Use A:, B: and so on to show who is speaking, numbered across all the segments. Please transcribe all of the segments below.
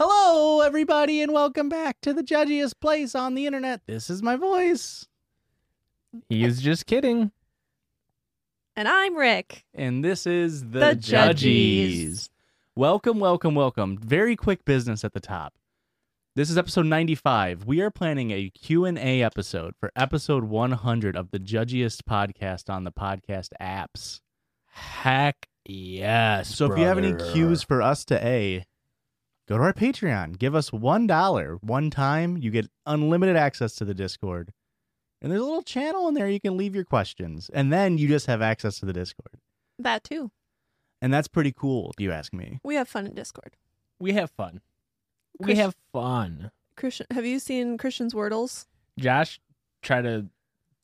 A: Hello, everybody, and welcome back to the judgiest place on the internet. This is my voice.
B: He's just kidding.
C: And I'm Rick.
A: And this is the,
C: The Judgies.
A: Welcome, welcome, welcome. Very quick business at the top. This is episode 95. We are planning a Q&A episode for episode 100 of the Judgiest podcast on the podcast apps.
B: Heck yes.
A: So if you have any cues for us to A, go to our Patreon. Give us one dollar one time. You get unlimited access to the Discord. And there's a little channel in there you can leave your questions. And then you just have access to the Discord.
C: That too.
A: And that's pretty cool, if you ask me.
C: We have fun in Discord.
B: we have fun. We
C: Chris-
B: have fun.
C: Christian, have you seen Christian's Wordles?
B: Josh tried to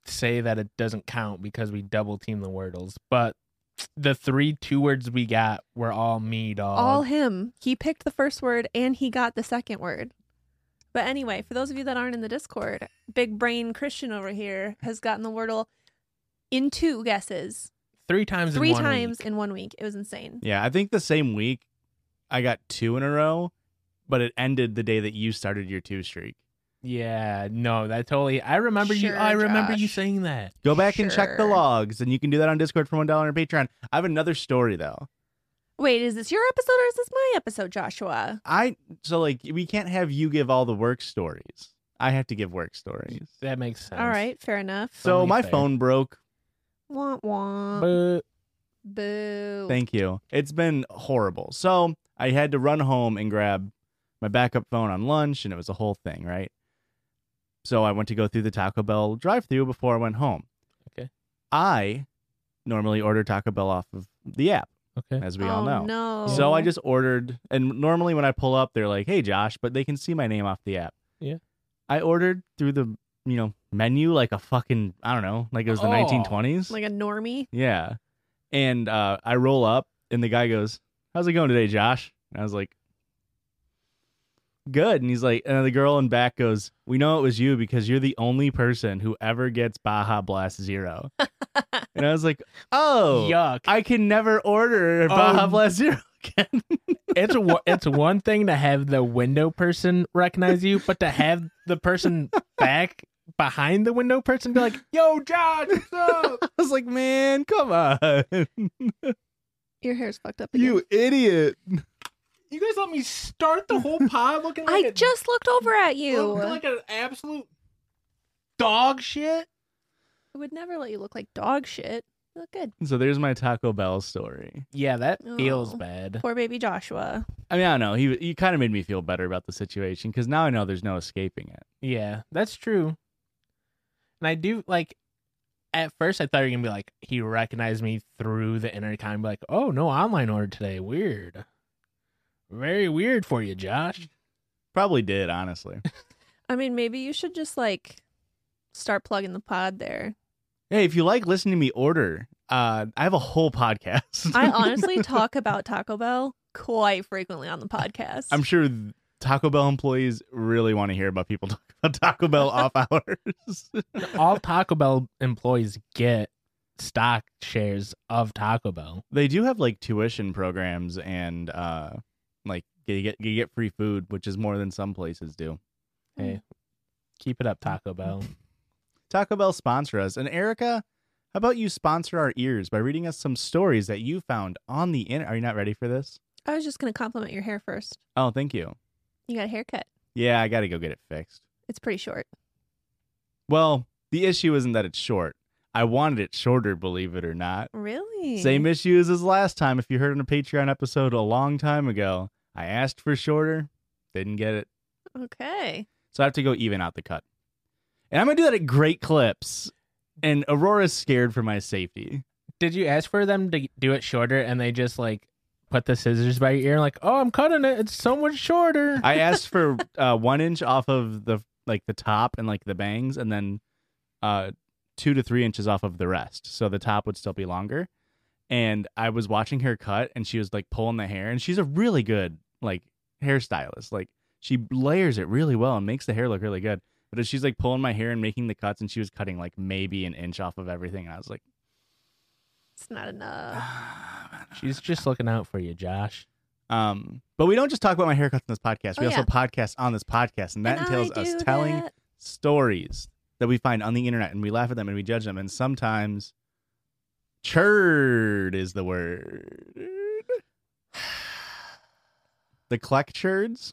B: say that it doesn't count because we double team the wordles, but the three two words we got were all me
A: Uh,
B: dog.
C: All him. He picked the first word and he got the second word. But anyway, for those of you that aren't in the Discord, big brain Christian over here has gotten the Wordle in two guesses,
B: three times.
C: three
B: in one
C: times
B: Week.
C: in one week. It was insane.
A: Yeah, I think the same week I got two in a row, but it ended the day that you started your two streak.
B: Yeah. No, that totally. I remember you.
C: Sure,
B: I remember you
C: Josh.
B: saying that.
A: Go back and check the
C: Sure.
A: logs, and you can do that on Discord for one dollar on Patreon. I have another story though.
C: Wait, is this your episode or is this my episode, Joshua?
A: I so like we can't have you give all the work stories. I have to give work stories.
B: That makes sense.
C: All right, fair enough.
A: So
B: Totally
A: my
B: fair.
A: phone broke.
C: Womp womp.
B: But
C: Boo.
A: Thank you. It's been horrible. So I had to run home and grab my backup phone on lunch, and it was a whole thing, right? So I went to go through the Taco Bell drive through before I went home.
B: Okay.
A: I normally order Taco Bell off of the app,
B: okay.
A: as we all know.
C: Oh, No.
A: So
B: Oh.
A: I just ordered, and normally when I pull up, they're like, "Hey, Josh," but they can see my name off the app.
B: Yeah.
A: I ordered through the you know menu like a fucking I don't know, like it was the
B: Oh.
A: 1920s.
C: like a normie.
A: yeah, and uh, I roll up, and the guy goes, "How's it going today, Josh?" And I was like, "Good." And he's like, and the girl in back goes, "We know it was you because you're the only person who ever gets Baja Blast Zero." and I was like, "Oh."
B: Yuck.
A: I can never order Baja
B: Oh.
A: Blast Zero again.
B: it's one, it's one thing to have the window person recognize you, but to have the person back behind the window person be like, "Yo, John, what's up?"
A: I was like, man, come on.
C: Your hair's fucked up. Again.
A: you idiot.
B: You guys let me start the whole pod looking like
C: I
B: a-
C: just looked over at you.
B: look like an absolute dog shit.
C: I would never let you look like dog shit. You look good.
A: So there's my Taco Bell story.
B: Yeah, that feels
C: Oh.
B: bad.
C: Poor baby Joshua.
A: I mean, I don't know. He he kind of made me feel better about the situation because now I know there's no escaping it.
B: Yeah, that's true. And I do like. At first, I thought you were gonna be like, he recognized me through the intercom, be like, "Oh, no online order today. Weird, very weird for you, Josh."
A: Probably did, honestly.
C: I mean, maybe you should just like start plugging the pod there.
A: hey, if you like listening to me order, uh, I have a whole podcast.
C: I honestly talk about Taco Bell quite frequently on the podcast.
A: I'm sure th- Taco Bell employees really want to hear about people talk about Taco Bell off hours.
B: all Taco Bell employees get stock shares of Taco Bell.
A: they do have like tuition programs and uh, like you get you get free food, which is more than some places do.
B: Hey, keep it up, Taco Bell.
A: Taco Bell sponsor us. And Erica, how about you sponsor our ears by reading us some stories that you found on the internet? Are you not ready for this?
C: I was just gonna compliment your hair first.
A: Oh, thank you.
C: You got a haircut.
A: Yeah, I got to go get it fixed.
C: It's pretty short.
A: Well, The issue isn't that it's short. I wanted it shorter, believe it or not.
C: Really?
A: Same issues as last time. If you heard on a Patreon episode a long time ago, I asked for shorter, didn't get it.
C: Okay.
A: So I have to go even out the cut. And I'm going to do that at great clips. And Aurora's scared for my safety.
B: Did you ask for them to do it shorter and they just like put the scissors by your ear and like, oh, I'm cutting it. It's so much shorter.
A: I asked for uh, one inch off of the like the top and like the bangs, and then uh, two to three inches off of the rest, so the top would still be longer. And I was watching her cut, and she was like pulling the hair, and she's a really good like hairstylist. Like she layers it really well and makes the hair look really good. But as she's like pulling my hair and making the cuts, and she was cutting like maybe an inch off of everything, and I was like,
C: It's not
A: Ah,
C: enough.
B: She's just looking out for you, Josh.
A: um. But we don't just talk about my haircuts on this podcast. We
C: Oh,
A: also
C: yeah.
A: podcast on this podcast, and that
C: And I
A: entails us
C: do
A: telling
C: that.
A: stories that we find on the internet and we laugh at them and we judge them and sometimes churd is the word the cleck churds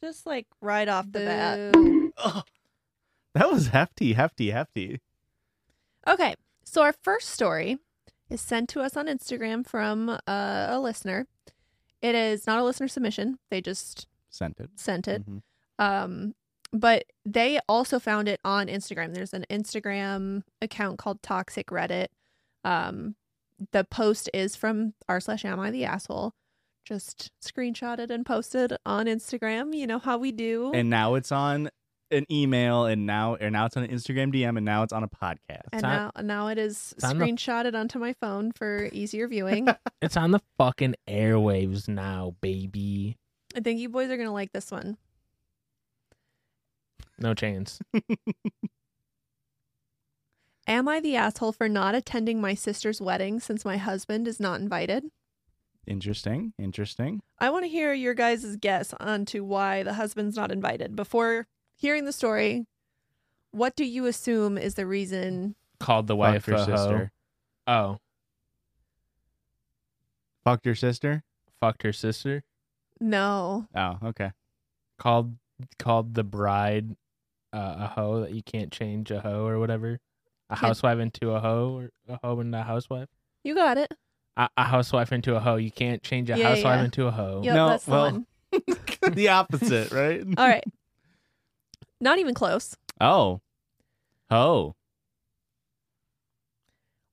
C: Just like right off the bat.
D: Boo.
A: that was hefty hefty hefty
C: Okay. So our first story is sent to us on Instagram from uh, a listener. It is not a listener submission. They just
A: sent it
C: sent it.
B: Mm-hmm.
A: Mhm.
C: Um, but they also found it on Instagram. There's an Instagram account called Toxic Reddit. Um, the post is from r slash am I the asshole. Just screenshotted and posted on Instagram. You know how we do.
A: and now it's on an email and now and now it's on an instagram dm and now it's on a podcast
C: And
B: on-
C: now, now it is
B: it's on the-
C: screenshotted onto my phone for easier viewing.
B: It's on the fucking airwaves now, baby.
C: I think you boys are gonna like this one.
B: No chance.
C: Am I the asshole for not attending my sister's wedding since my husband is not invited?
A: interesting interesting
C: I want to hear your guys' guess onto why the husband's not invited. Before hearing the story, what do you assume is the reason?
B: Called the
A: Fuck
B: wife
A: your
B: a hoe.
A: sister
B: Oh,
A: fucked your sister
B: fucked her sister.
C: No.
A: oh okay
B: Called called the bride uh, a hoe that you can't change a hoe or whatever. A
C: Can't-
B: housewife into a hoe or a hoe into a housewife.
C: You got it.
B: A, a housewife into a hoe. You can't change a
C: Yeah,
B: housewife
C: yeah.
B: into a hoe.
C: Yep,
A: No,
C: that's the
A: well-
C: one.
A: the opposite right
C: All right. Not even close.
A: oh oh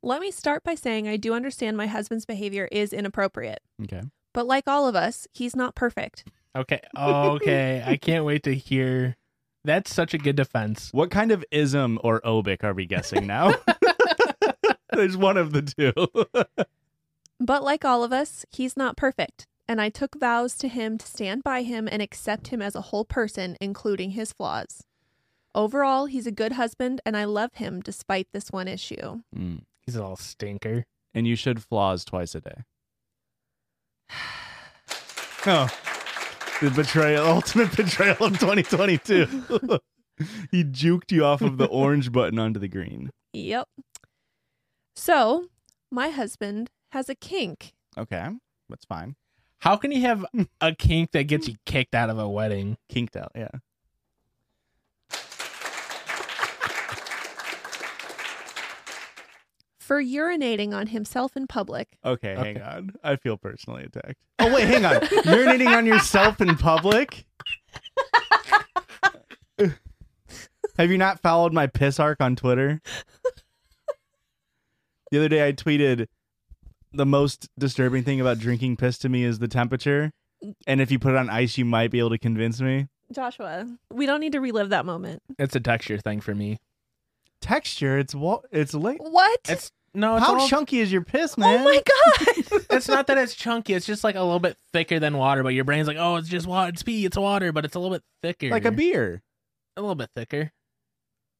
C: Let me start by saying I do understand my husband's behavior is inappropriate,
A: okay
C: but like all of us, he's not perfect.
B: Okay. okay. I can't wait to hear. That's such a good defense.
A: What kind of ism or obic are we guessing now? There's one of the two.
C: But like all of us, he's not perfect, and I took vows to him to stand by him and accept him as a whole person, including his flaws. Overall, he's a good husband, and I love him despite this one issue.
A: Hmm.
B: He's a little stinker.
A: And you should flaws twice a day. Oh, the betrayal, ultimate betrayal of 2022. he juked you off of the orange button onto the green.
C: Yep. So, my husband has a kink.
A: Okay, that's fine.
B: How can you have a kink that gets you kicked out of a wedding?
A: Kinked out, yeah.
C: For urinating on himself in public,
A: Okay,
B: Okay.
A: hang on. I feel personally attacked. Oh wait, hang on. Urinating on yourself in public? Have you not followed my piss arc on Twitter? The other day I tweeted the most disturbing thing about drinking piss to me is the temperature. And if you put it on ice, you might be able to convince me.
C: Joshua, we don't need to relive that moment.
B: It's a texture thing for me.
A: Texture, it's wa- it's like
C: What?
B: It's no, Oh, it's
A: how
B: all-
A: chunky is your piss, man?
C: oh my God.
B: it's not that it's chunky. It's just like a little bit thicker than water. But your brain's like, oh, it's just water. It's pee. It's water, but it's a little bit thicker.
A: like a beer.
B: a little bit thicker.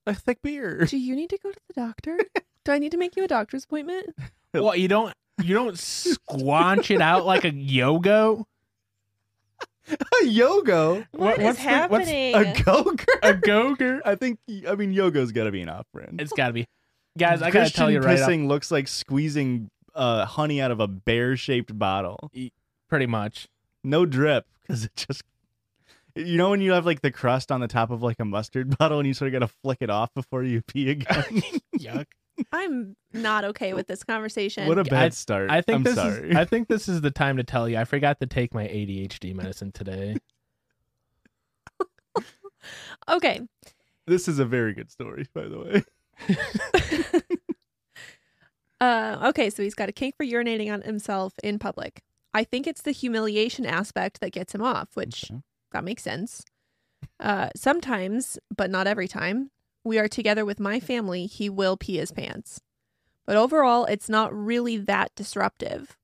A: A thick beer.
C: do you need to go to the doctor? Do I need to make you a doctor's appointment?
B: Well, you don't you don't squanch it out like a yo-go.
A: A yogo.
B: What- what's the- what's-
A: A go-gurt.
B: A go-gurt.
A: I think I mean yoga's got to be an off-brand.
B: It's gotta be, guys. I gotta
A: Christian
B: tell you right up,
A: pissing looks like squeezing uh, honey out of a bear-shaped bottle.
B: pretty much.
A: No drip because it just You know when you have like the crust on the top of like a mustard bottle and you sort of got to flick it off before you pee again?
B: Yuck.
C: I'm not okay with this conversation.
A: what a bad
B: I-
A: start.
B: I think
A: I'm
B: this
A: sorry.
B: is I think this is the time to tell you. I forgot to take my ADHD medicine today.
C: okay.
A: this is a very good story, by the way.
C: Uh, okay, so he's got a kink for urinating on himself in public. I think it's the humiliation aspect that gets him off, which
A: Okay.
C: that makes sense. Uh, sometimes, but not every time, we are together with my family, he will pee his pants. But overall, it's not really that disruptive.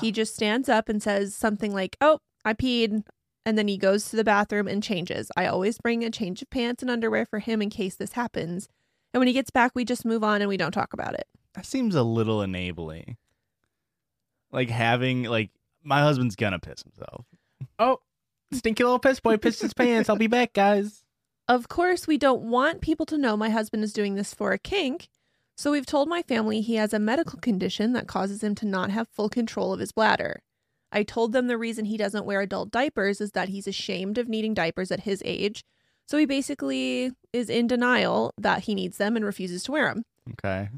C: He just stands up and says something like, Oh, I peed. And then he goes to the bathroom and changes. I always bring a change of pants and underwear for him in case this happens. And when he gets back, we just move on and we don't talk about it.
A: That seems a little enabling. Like having like my husband's gonna piss himself.
B: Oh, stinky little piss boy pissed his pants. I'll be back, guys.
C: Of course, we don't want people to know my husband is doing this for a kink. So we've told my family he has a medical condition that causes him to not have full control of his bladder. I told them the reason he doesn't wear adult diapers is that he's ashamed of needing diapers at his age. So he basically is in denial that he needs them and refuses to wear them.
A: Okay.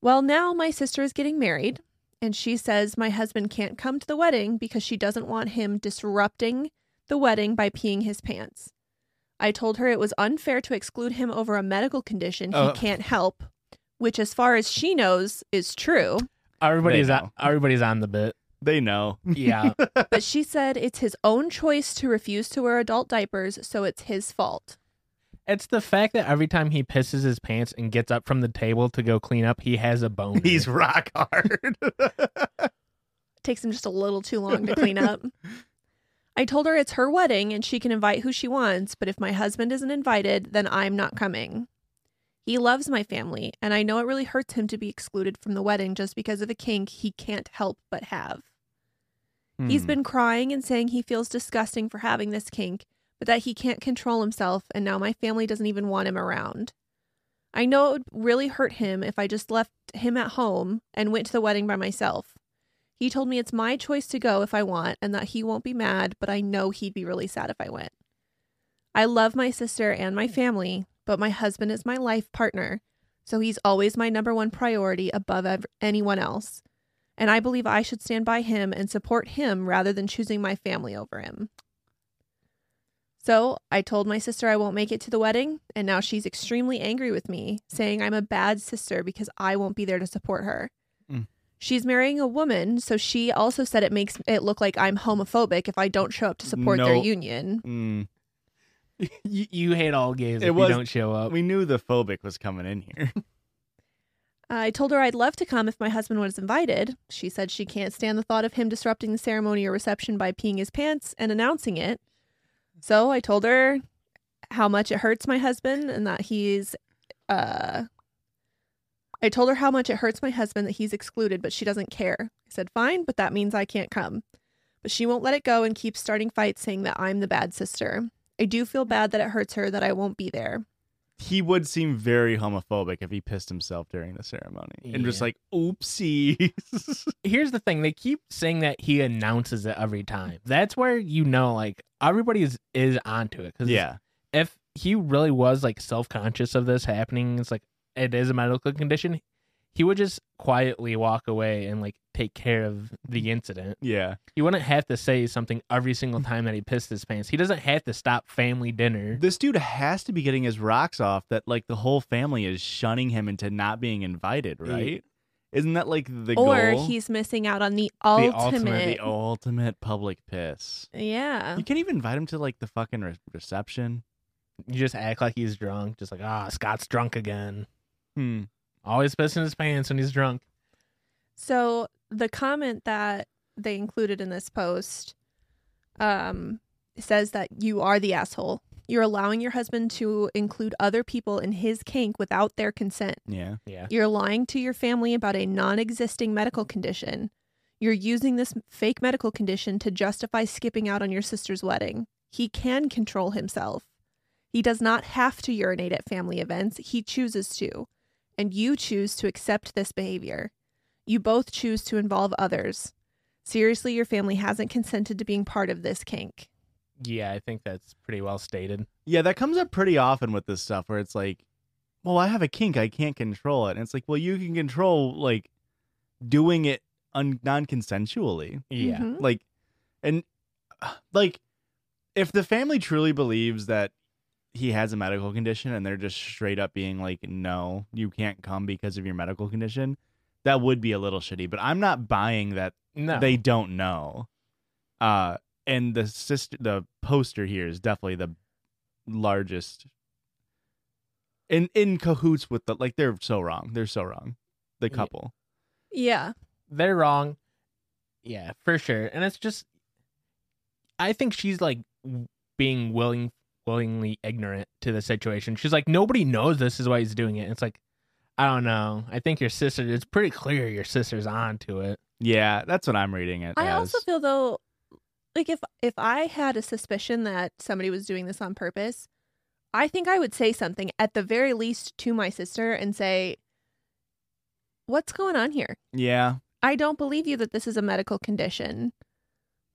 C: Well, now my sister is getting married, and she says my husband can't come to the wedding because she doesn't want him disrupting the wedding by peeing his pants. I told her it was unfair to exclude him over a medical condition he
A: Uh.
C: can't help, which, as far as she knows, is true.
B: Everybody's
A: They
B: on,
A: know.
B: everybody's on the bit.
A: They know.
B: Yeah.
C: But she said it's his own choice to refuse to wear adult diapers, so it's his fault.
B: it's the fact that every time he pisses his pants and gets up from the table to go clean up, he has a bone.
A: He's rock hard.
C: It takes him just a little too long to clean up. I told her it's her wedding and she can invite who she wants, but if my husband isn't invited, then I'm not coming. He loves my family, and I know it really hurts him to be excluded from the wedding just because of a kink he can't help but have.
A: Hmm.
C: He's been crying and saying he feels disgusting for having this kink, but that he can't control himself, and now my family doesn't even want him around. I know it would really hurt him if I just left him at home and went to the wedding by myself. He told me it's my choice to go if I want and that he won't be mad, but I know he'd be really sad if I went. I love my sister and my family, but my husband is my life partner, so he's always my number one priority above ev- anyone else and I believe I should stand by him and support him rather than choosing my family over him. So I told my sister I won't make it to the wedding, and now she's extremely angry with me, saying I'm a bad sister because I won't be there to support her.
A: Mm.
C: She's marrying a woman, so she also said it makes it look like I'm homophobic if I don't show up to support their
A: No.
C: union.
A: Mm.
B: you, you hate all gays
A: It
B: if
A: was-
B: you don't show up.
A: Uh, We knew the phobic was coming in here.
C: I told her I'd love to come if my husband was invited. She said she can't stand the thought of him disrupting the ceremony or reception by peeing his pants and announcing it. So I told her how much it hurts my husband and that he's uh I told her how much it hurts my husband that he's excluded, but she doesn't care. I said, "Fine, but that means I can't come." But she won't let it go and keeps starting fights saying that I'm the bad sister. I do feel bad that it hurts her that I won't be there.
A: he would seem very homophobic if he pissed himself during the ceremony and just
B: Yeah.
A: like oopsies.
B: Here's the thing: they keep saying that he announces it every time. That's where you know, like everybody is is onto it. 'cause
A: yeah.
B: if he really was like self conscious of this happening, it's like it is a medical condition. He would just quietly walk away and like take care of the incident.
A: Yeah.
B: He wouldn't have to say something every single time that he pissed his pants. He doesn't have to stop family dinner.
A: This dude has to be getting his rocks off that like the whole family is shunning him into not being invited,
B: Yeah.
A: right? Isn't that like the
C: or
A: goal?
C: he's missing out on the
B: ultimate-
C: ultimate.
B: the
A: the ultimate public piss.
C: yeah.
A: You can't even invite him to like the fucking re- reception.
B: You just act like he's drunk, just like ah, Scott's drunk again.
A: Hmm.
B: Always pissing his pants when he's drunk.
C: So the comment that they included in this post um, says that you are the asshole. You're allowing your husband to include other people in his kink without their consent.
A: Yeah.
B: Yeah.
C: You're lying to your family about a non existing medical condition. You're using this fake medical condition to justify skipping out on your sister's wedding. He can control himself. He does not have to urinate at family events, he chooses to. And you choose to accept this behavior. You both choose to involve others. Seriously, your family hasn't consented to being part of this kink.
B: Yeah, I think that's pretty well stated.
A: Yeah, that comes up pretty often with this stuff where it's like, well, I have a kink, I can't control it. And it's like, well, you can control like doing it un- non consensually.
B: Yeah.
C: Mhm.
A: Like, and uh, like, if the family truly believes that he has a medical condition and they're just straight up being like, no, you can't come because of your medical condition, that would be a little shitty. But I'm not buying that
B: No.
A: they don't know. Uh, and the sister, the poster here is definitely the largest. In in cahoots with the like, they're so wrong. They're so wrong. The
B: Yeah.
A: couple.
C: Yeah.
B: they're wrong. Yeah, for sure. And it's just I think she's like w- being willing willingly ignorant to the situation. She's like nobody knows this is why he's doing it. And it's like I don't know. I think your sister it's pretty clear your sister's on to it.
A: Yeah, that's what I'm reading it.
C: I
A: as.
C: also feel though, like if if I had a suspicion that somebody was doing this on purpose, I think I would say something at the very least to my sister and say, "What's going on here?
A: yeah,
C: I don't believe you that this is a medical condition.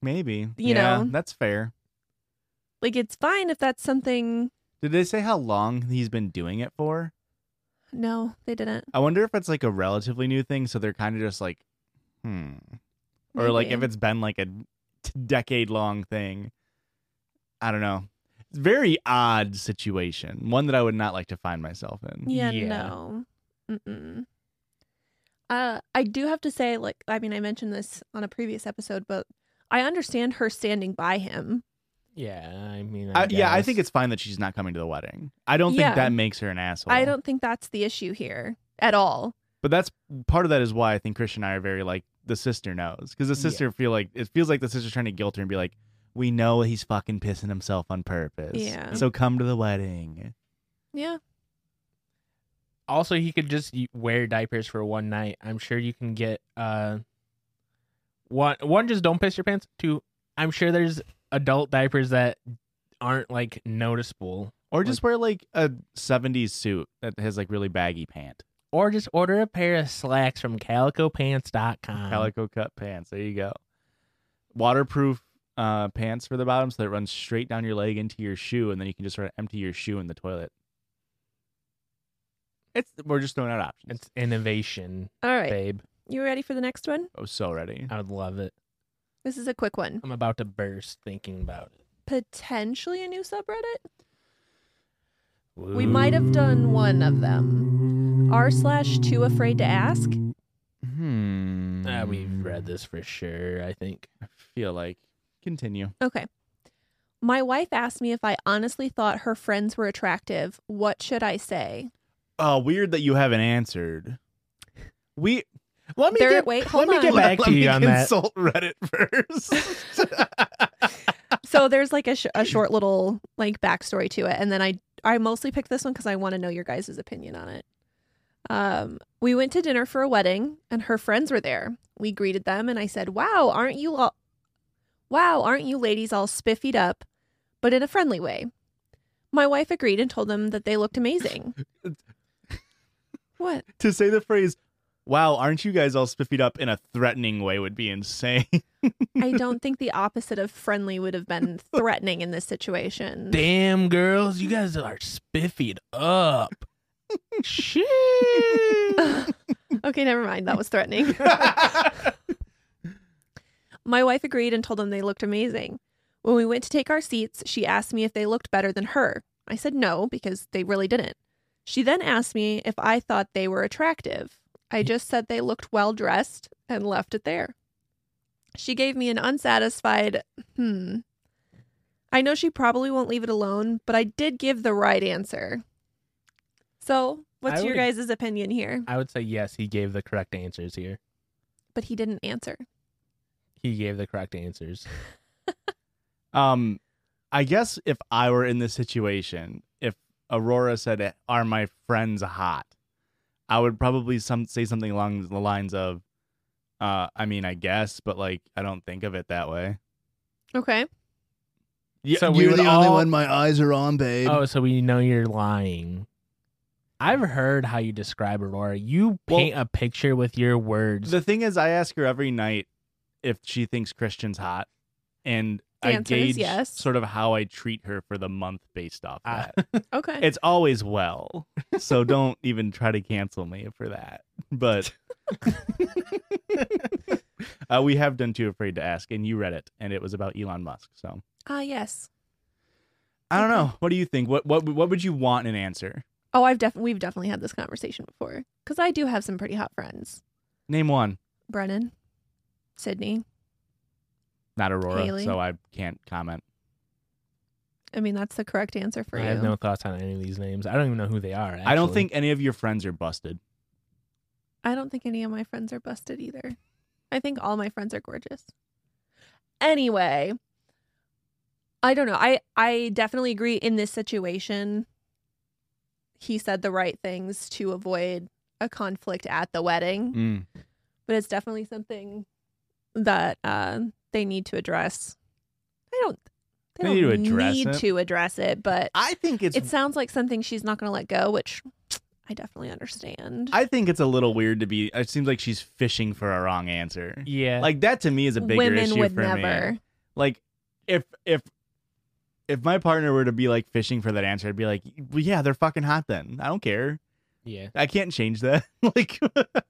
A: maybe. yeah,
C: know.
A: that's fair.
C: Like it's fine if that's something."
A: Did they say how long he's been doing it for?
C: No, they didn't.
A: I wonder if it's like a relatively new thing, so they're kind of just like, hmm, or like
C: Maybe.
A: if it's been like a decade long thing. I don't know. It's a very odd situation, one that I would not like to find myself in.
C: Yeah,
B: Yeah.
C: no. Mm-mm. Uh, I do have to say, like, I mean, I mentioned this on a previous episode, but I understand her standing by him.
B: Yeah, I mean
A: I, yeah, I
B: guess.
A: think it's fine that she's not coming to the wedding. I don't
C: Yeah.
A: think that makes her an asshole.
C: I don't think that's the issue here at all.
A: But that's part of that is why I think Christian and I are very like the sister knows because the
B: Yeah.
A: sister feel like it feels like the sister's trying to guilt her and be like, we know he's fucking pissing himself on purpose.
C: Yeah.
A: So come to the wedding.
C: Yeah.
B: also he could just y- wear diapers for one night. I'm sure you can get uh one one just don't piss your pants. Two, I'm sure there's adult diapers that aren't like noticeable.
A: Or just wear like a 70s suit that has like really baggy pant.
B: Or just order a pair of slacks from calicopants.com.
A: Calico cut pants. There you go. Waterproof uh, pants for the bottom so that it runs straight down your leg into your shoe and then you can just sort of empty your shoe in the toilet. It's we're just throwing out options.
B: it's innovation,
C: All right.
B: babe.
C: You ready for the next one?
A: oh so ready.
B: I would love it.
C: This is a quick one.
B: I'm about to burst thinking about it.
C: Potentially a new subreddit. We might have done one of them. R slash too afraid to ask.
A: Hmm.
B: Ah, we've read this for sure, I think.
A: I feel like continue.
C: Okay. My wife asked me if I honestly thought her friends were attractive. What should I say?
A: Oh, weird that you haven't answered. We
B: Let
C: me There- get- wait, let hold me get on.
B: back to
A: Let me
B: you on that.
A: consult Reddit first.
C: So there's like a, sh- a short little like backstory to it, and then I I mostly picked this one because I want to know your guys' opinion on it. Um, we went to dinner for a wedding, and her friends were there. We greeted them, and I said, "Wow, aren't you all? Wow, aren't you ladies all spiffied up, but in a friendly way?" My wife agreed and told them that they looked amazing. what?
A: to say the phrase wow aren't you guys all spiffied up in a threatening way would be insane
C: I don't think the opposite of friendly would have been threatening in this situation.
B: Damn, girls, you guys are spiffied up. Shit.
C: okay, never mind. That was threatening. My wife agreed and told them they looked amazing. When we went to take our seats, she asked me if they looked better than her. I said no because they really didn't. She then asked me if I thought they were attractive. I just said they looked well dressed and left it there. She gave me an unsatisfied hmm. I know she probably won't leave it alone, but I did give the right answer. So, what's
B: I
C: your
B: would-
C: guys' opinion here?
B: I would say yes, he gave the correct answers here.
C: But he didn't answer.
B: He gave the correct answers.
A: um i guess if i were in this situation if aurora said are my friends hot i would probably some say something along the lines of uh i mean i guess but like i don't think of it that way
C: Okay.
A: yeah,
B: So we would all-
A: my eyes are on babe
B: Oh, so we know you're lying. I've heard how you describe Aurora. You
A: Well-
B: paint a picture with your words.
A: The thing is, I ask her every night if she thinks Christian's hot, and
C: The
A: I
C: answer is
A: gauge
C: yes.
A: sort of how I treat her for the month based off
B: Ah.
A: that.
C: Okay.
A: it's always well, so don't even try to cancel me for that. But uh, we have done too afraid to ask, and you read it, and it was about Elon Musk. So
C: Ah, yes.
A: I don't
C: Okay.
A: know. What do you think? What what what would you want in an answer?
C: Oh, I've definitely we've definitely had this conversation before because I do have some pretty hot friends:
A: Name one.
C: Brennan, Sydney.
A: Not Aurora,
C: Haley.
A: so I can't comment.
C: I mean, that's the correct answer for
B: I
C: you.
B: have no thoughts on any of these names. I don't even know who they are.
A: I don't
B: actually.
A: think any of your friends are busted.
C: I don't think any of my friends are busted either. I think all my friends are gorgeous. Anyway, I don't know. I I definitely agree in this situation. He said the right things to avoid a conflict at the wedding,
A: Mm.
C: but it's definitely something that uh, they need to address. I don't. They,
A: They need to
C: don't
A: address
C: need
A: it.
C: to address it, but
A: I think it's,
C: it sounds like something she's not going to let go, which I definitely understand.
A: I think it's a little weird to be. It seems like she's fishing for a wrong answer.
B: Yeah.
A: Like that to me is a bigger
C: Women
A: issue
C: would
A: for
C: never.
A: me. like if if if my partner were to be like fishing for that answer, I'd be like, well, yeah, they're fucking hot. Then I don't care.
B: yeah.
A: I can't change that. like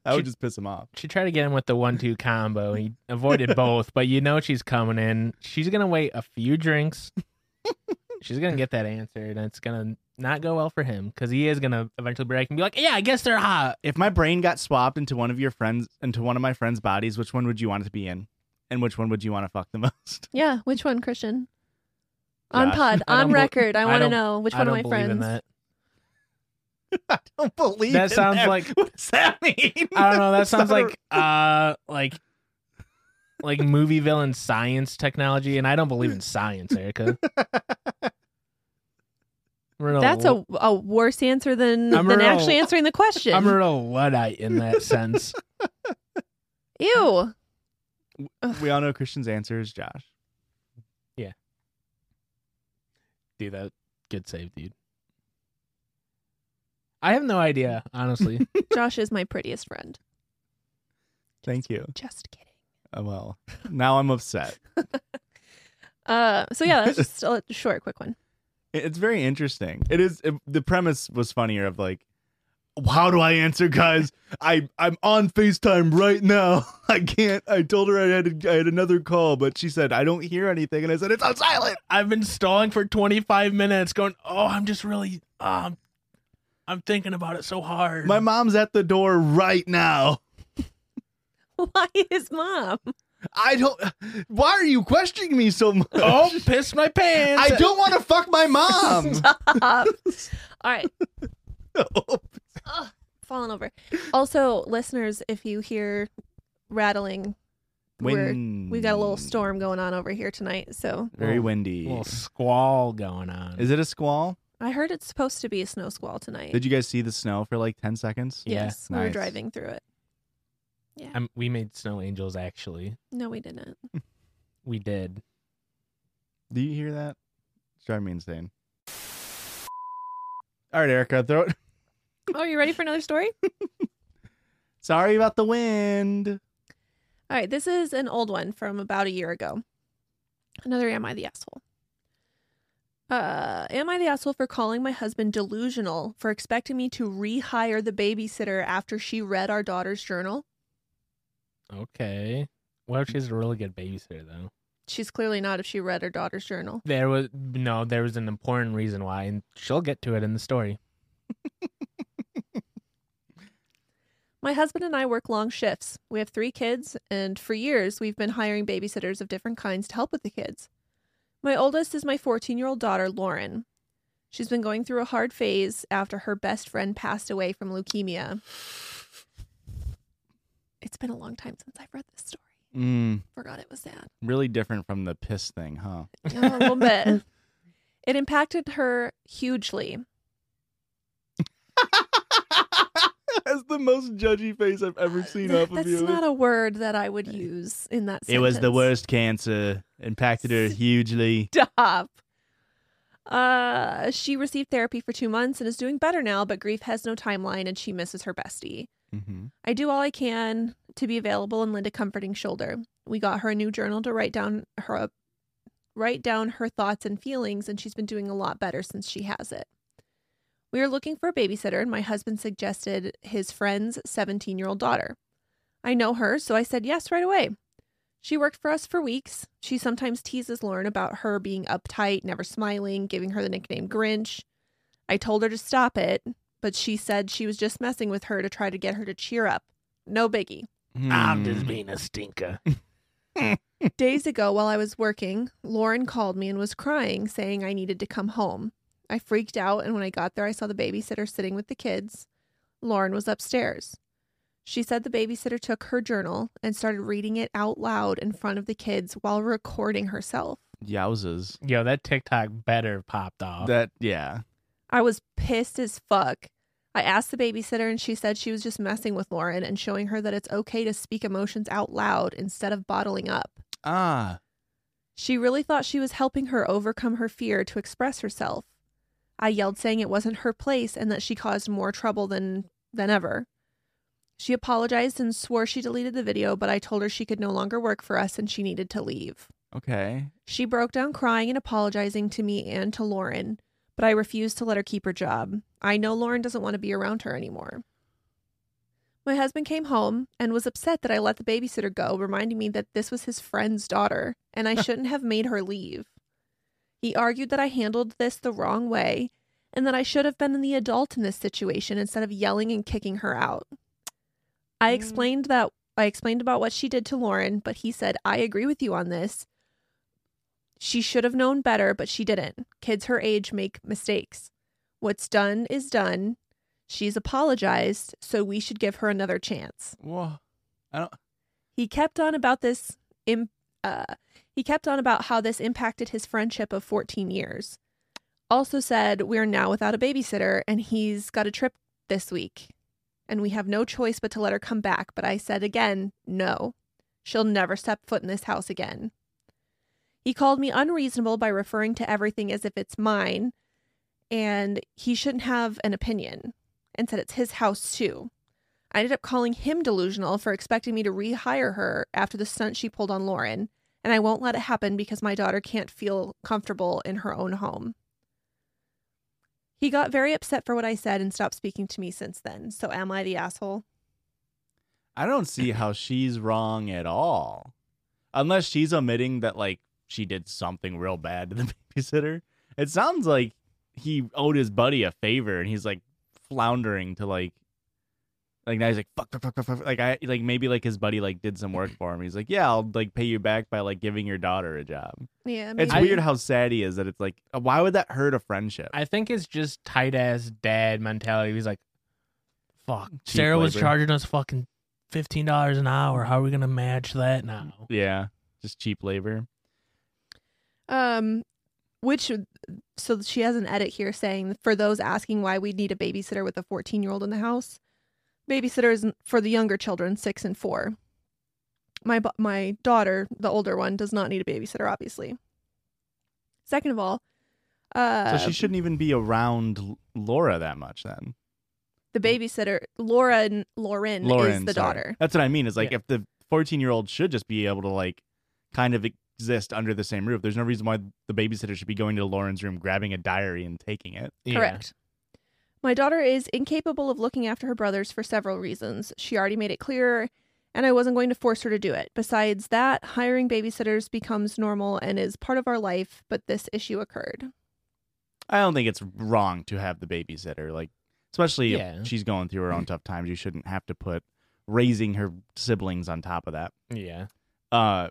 A: I would just piss him off.
B: She tried to get him with the one-two combo. He avoided both, but you know she's coming in. She's gonna wait a few drinks. she's gonna get that answer, and it's gonna not go well for him because he is gonna eventually break and be like, "Yeah, I guess they're hot."
A: If my brain got swapped into one of your friends into one of my friends' bodies, which one would you want it to be in? And which one would you want to fuck the most?
C: Yeah, which one, Christian? On
A: Josh.
C: pod,
B: I don't
C: on
B: bel-
C: record. I
B: I
C: want to
B: don't-
C: know which
B: I
C: one of
B: don't
C: my
B: believe
C: friends.
B: in that.
A: I don't believe
B: That
A: in
B: sounds like-
A: what does that mean?
B: I don't know. That
A: It's
B: sounds
A: not a-
B: like uh, like like movie villain science technology, and I don't believe in science, Erica. We're gonna
C: That's a, a worse answer than
B: I'm
C: than
B: real-
C: actually answering the question.
B: I'm a real luddite in that sense.
C: Ew.
A: we all know Christian's answer is Josh.
B: dude, that good save, dude. I have no idea, honestly.
C: Josh is my prettiest friend.
A: Thank you.
C: Just kidding.
A: Uh, well, now I'm upset.
C: Uh, so yeah, that's just a short, quick one.
A: It- It's very interesting. It is it- the premise was funnier of like, how do I answer, guys? I I'm on Facetime right now. I can't. I told her I had a, I had another call, but she said I don't hear anything, and I said it's on silent.
B: I've been stalling for 25 minutes, going, "Oh, I'm just really, um, I'm thinking about it so hard."
A: My mom's at the door right now.
C: Why his mom?
A: I don't. Why are you questioning me so much?
B: oh, pissed my pants.
A: I don't want to fuck my mom.
C: Stop. All right, falling over. Also, listeners, if you hear rattling, we're, we got a little storm going on over here tonight. So
A: Very
B: Little-
A: windy.
B: little squall going on.
A: Is it a squall?
C: I heard it's supposed to be a snow squall tonight.
A: Did you guys see the snow for like ten seconds?
B: Yeah,
C: Yes, we were
A: nice.
C: driving through it.
B: Um, we made snow angels. Actually,
C: No, we didn't.
B: we did.
A: Do you hear that? It's driving me insane. All right, Erica. Throw it.
C: Oh, you ready for another story?
A: Sorry about the wind.
C: All right, this is an old one from about a year ago. Another Am I the Asshole? Uh, am I the asshole for calling my husband delusional for expecting me to rehire the babysitter after she read our daughter's journal?
B: Okay. Well, she's a really good babysitter, though.
C: She's clearly not if she read her daughter's journal.
B: There was no, there was an important reason why, and she'll get to it in the story.
C: My husband and I work long shifts. We have three kids, and for years we've been hiring babysitters of different kinds to help with the kids. My oldest is my 14 year old daughter, Lauren. She's been going through a hard phase after her best friend passed away from leukemia. It's been a long time since I've read this story.
A: Mm,
C: Forgot it was sad.
A: really different from the piss thing, huh?
C: Yeah, a little bit. It impacted her hugely.
A: That's the most judgy face I've ever seen off of
C: That's
A: you.
C: not a word that I would use in that sentence.
A: it was the worst cancer. Impacted her hugely.
C: stop. Uh, she received therapy for two months and is doing better now, but grief has no timeline and she misses her bestie.
A: Mm-hmm.
C: I do all I can to be available and lend a comforting shoulder. We got her a new journal to write down her write down her thoughts and feelings, and she's been doing a lot better since she has it. We were looking for a babysitter, and my husband suggested his friend's 17 year old daughter. I know her, so I said yes right away. She worked for us for weeks. She sometimes teases Lauren about her being uptight, never smiling, giving her the nickname Grinch. I told her to stop it, but she said she was just messing with her to try to get her to cheer up. No biggie.
A: Mm,
C: Ah,
B: I'm just being a stinker.
C: Days ago, while I was working, Lauren called me and was crying, saying I needed to come home. I freaked out, and when I got there, I saw the babysitter sitting with the kids. Lauren was upstairs. She said the babysitter took her journal and started reading it out loud in front of the kids while recording herself.
A: Yowzas.
B: Yo, that TikTok better popped off.
A: That yeah.
C: I was pissed as fuck. I asked the babysitter, and she said she was just messing with Lauren and showing her that it's okay to speak emotions out loud instead of bottling up.
A: Ah.
C: She really thought she was helping her overcome her fear to express herself. I yelled saying it wasn't her place and that she caused more trouble than than ever. She apologized and swore she deleted the video, but I told her she could no longer work for us and she needed to leave.
A: Okay.
C: She broke down crying and apologizing to me and to Lauren, but I refused to let her keep her job. I know Lauren doesn't want to be around her anymore. My husband came home and was upset that I let the babysitter go, reminding me that this was his friend's daughter and I shouldn't have made her leave. He argued that I handled this the wrong way and that I should have been the adult in this situation instead of yelling and kicking her out. I
B: Mm.
C: explained that I explained about what she did to Lauren, but he said, "I agree with you on this. She should have known better, but she didn't. Kids her age make mistakes. What's done is done. She's apologized, so we should give her another chance."
A: Whoa. I don't
C: He kept on about this. Im- uh, he kept on about how this impacted his friendship of 14 years. Also said, "We are now without a babysitter, and he's got a trip this week, and we have no choice but to let her come back." But I said again, "No, she'll never step foot in this house again." He called me unreasonable by referring to everything as if it's mine, and he shouldn't have an opinion, and said it's his house too. I ended up calling him delusional for expecting me to rehire her after the stunt she pulled on Lauren, and I won't let it happen because my daughter can't feel comfortable in her own home. He got very upset for what I said and stopped speaking to me since then. So am I the asshole?
A: I don't see how she's wrong at all. Unless she's admitting that like she did something real bad to the babysitter. It sounds like he owed his buddy a favor and he's like floundering to like like now he's like fuck fuck fuck fuck, fuck. like I like maybe like his buddy like did some work for him. He's like, "Yeah, I'll like pay you back by like giving your daughter a job."
C: Yeah,
A: It's
B: I-
A: weird how sad he is that it's like uh, why would that hurt a friendship?
B: I think it's just tight ass dad mentality. He's like, fuck.
A: Cheap
B: Sarah was
A: labor.
B: charging us fucking fifteen dollars an hour. How are we gonna match that now?
A: yeah, just cheap labor.
C: Um, which so she has an edit here saying for those asking why we need a babysitter with a 14 year old in the house, babysitter is for the younger children six and four. My bu- my daughter, the older one, does not need a babysitter, obviously. Second of all, uh,
A: So
B: Um,
A: she shouldn't e even be around L- Laura that much then.
C: the babysitter Lauren Lauren, is
A: sorry.
C: the daughter.
A: That's what I mean. Is like
B: Yeah.
A: if the fourteen-year-old should just be able to like kind of exist under the same roof. There's no reason why the babysitter should be going to Lauren's room, grabbing a diary, and taking it.
B: Yeah.
C: Correct. My daughter is incapable of looking after her brothers for several reasons. She already made it clear, and I wasn't going to force her to do it. Besides that, hiring babysitters becomes normal and is part of our life, but this issue occurred.
A: I don't think it's wrong to have the babysitter, like especially
B: Yeah. Mm.
A: if she's going through her own tough times. You shouldn't have to put raising her siblings on top of that.
B: Yeah.
A: Uh,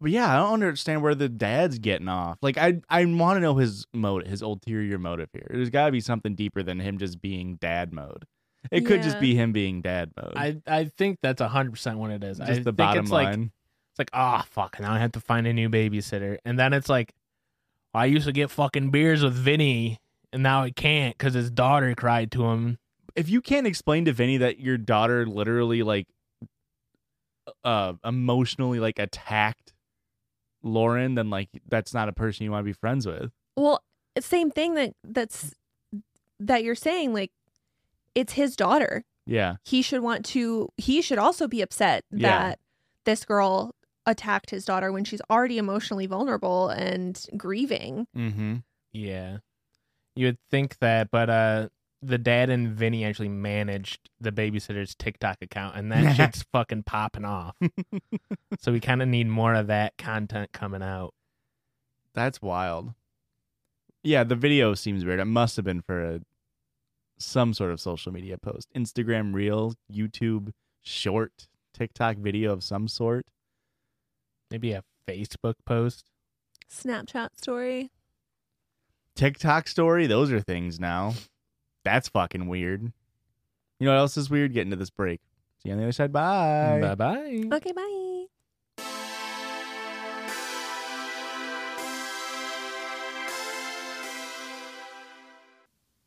A: but yeah, I don't understand where the dad's getting off. Like, I I want to know his motive, his ulterior motive here. There's got to be something deeper than him just being dad mode. It could just
C: Yeah.
A: be him being dad mode.
B: I I think that's hundred percent what it is.
A: just
B: I
A: the
B: think
A: bottom
B: it's like
A: line.
B: it's like, oh fuck, now I have to find a new babysitter. And then it's like, I used to get fucking beers with Vinny, and now I can't because his daughter cried to him.
A: if you can't explain to Vinny that your daughter literally like uh emotionally like attacked Lauren, then like that's not a person you want to be friends with.
C: Well, it's same thing that that's that you're saying like it's his daughter.
A: Yeah.
C: He should want to he should also be upset
A: Yeah.
C: that this girl attacked his daughter when she's already emotionally vulnerable and grieving.
A: Mm-hmm.
B: Yeah. You would think that, but uh the dad and Vinny actually managed the babysitter's TikTok account and that shit's fucking popping off. so we kind of need more of that content coming out.
A: That's wild. Yeah, the video seems weird. It must have been for a, some sort of social media post, Instagram Reel, YouTube Short, TikTok video of some sort.
B: Maybe a Facebook post.
C: Snapchat story.
A: TikTok story, those are things now. That's fucking weird. You know what else is weird? Getting to this break. See you on the other side. Bye.
B: bye.
C: Okay, bye.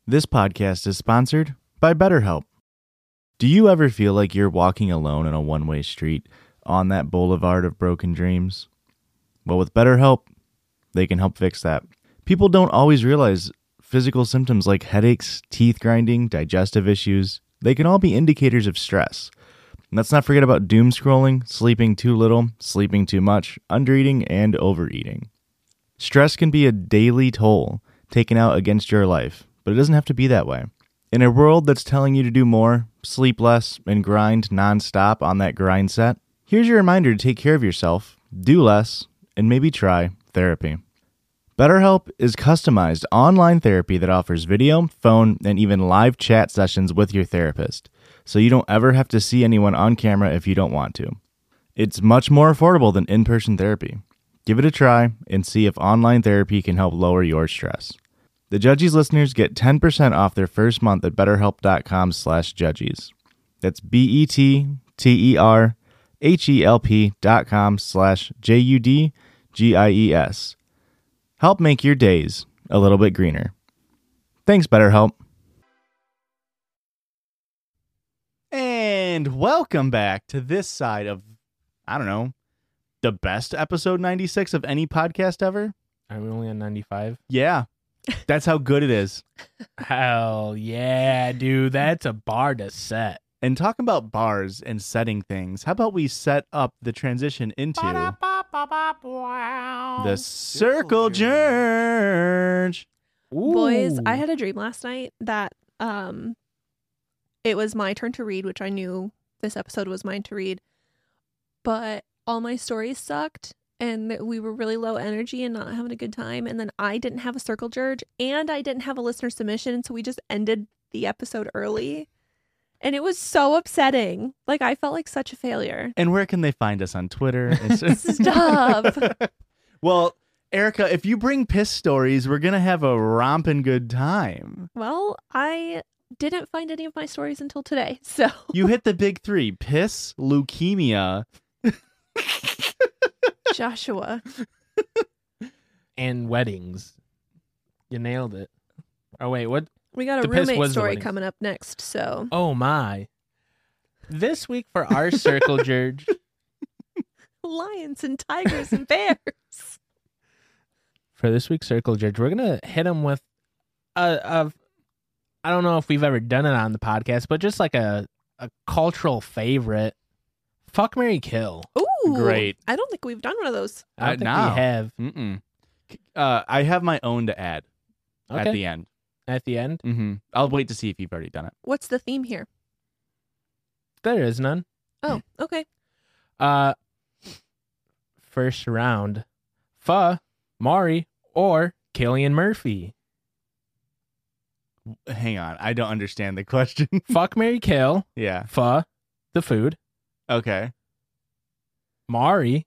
A: This podcast is sponsored by BetterHelp. Do you ever feel like you're walking alone in a one way street on that boulevard of broken dreams? Well, with BetterHelp, they can help fix that. People don't always realize physical symptoms like headaches, teeth grinding, digestive issues, they can all be indicators of stress. Let's not forget about doom scrolling, sleeping too little, sleeping too much, undereating, and overeating. Stress can be a daily toll taken out against your life, but it doesn't have to be that way. In a world that's telling you to do more, sleep less, and grind nonstop on that grind set, here's your reminder to take care of yourself, do less, and maybe try therapy. BetterHelp is customized online therapy that offers video, phone, and even live chat sessions with your therapist, so you don't ever have to see anyone on camera if you don't want to. It's much more affordable than in person therapy. Give it a try and see if online therapy can help lower your stress. The Judgies listeners get 10% off their first month at betterhelp.com slash judgies. That's E B-E-T-T-E-R-H-E-L-P E dot com slash J-U-D-G-I-E-S. E Help make your days a little bit greener. Thanks, BetterHelp. And welcome back to this side of, I don't know, the best episode 96 of any podcast ever.
B: Are we only on 95?
A: Yeah. That's how good it is.
B: Hell yeah, dude. That's a bar to set.
A: And talking about bars and setting things, how about we set up the transition into the
B: The
A: circle church?
C: Boys, I had a dream last night that um it was my turn to read, which I knew this episode was mine to read. But all my stories sucked and that we were really low energy and not having a good time and then I didn't have a circle jerk and I didn't have a listener submission, so we just ended the episode early. And it was so upsetting. Like I felt like such a failure.
A: And where can they find us on Twitter? Insta-
C: Stop.
A: well, Erica, if you bring piss stories, we're gonna have a romping good time.
C: Well, I didn't find any of my stories until today. So
A: You hit the big three: piss, leukemia.
C: Joshua.
B: and weddings. You nailed it. Oh wait, what?
C: We got a
B: The piss
C: roommate
B: was the
C: story
B: wedding.
C: coming up next, so
B: Oh my. This week for our circle George,
C: lions and tigers and bears.
B: for this week's circle George, we're gonna hit him with a, a I don't know if we've ever done it on the podcast, but just like a a cultural favorite. Fuck Mary Kill.
C: Ooh,
A: Great.
C: I don't think we've done one of those.
A: Uh,
B: I don't think
A: no.
B: we have
A: Mm-mm. Uh, I have my own to add
B: okay.
A: at the end.
B: at the end.
A: Mm-hmm. I'll wait to see if you've already done it.
C: What's the theme here?
B: There is none.
C: Oh,
B: Hmm.
C: okay.
B: Uh, first round, Fa, Mari, or Killian Murphy.
A: Hang on, I don't understand the question.
B: Fuck Mary Kill,
A: yeah.
B: Fa, the food,
A: Okay.
B: Mari,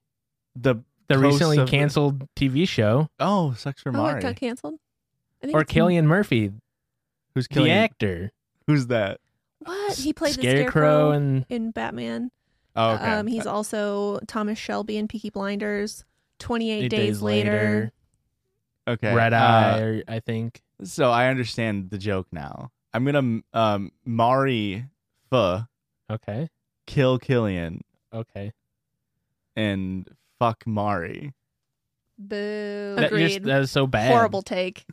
A: The
B: the
A: Host
B: recently
A: of the-
B: canceled TV show,
A: oh, sex for
C: Oh,
A: Mari.
C: it got canceled. I think
B: or
C: it's-
B: Killian Murphy,
A: Who's
B: the
A: killing?
B: actor,
A: Who's that?
C: What he played the
B: Scarecrow,
C: scarecrow in,
B: and
C: Batman.
A: Oh, okay.
C: Um, he's also Thomas Shelby in Peaky Blinders. Twenty
B: Eight
C: eight days, later.
A: okay.
B: Red
A: Uh,
B: Eye, or- I think.
A: so I understand the joke now. I'm gonna um Mari Fuh
B: Okay,
A: kill Killian
B: okay.
A: and fuck Mari.
C: Boo.
B: That, you're-
C: Agreed.
B: that was so bad.
C: Horrible take.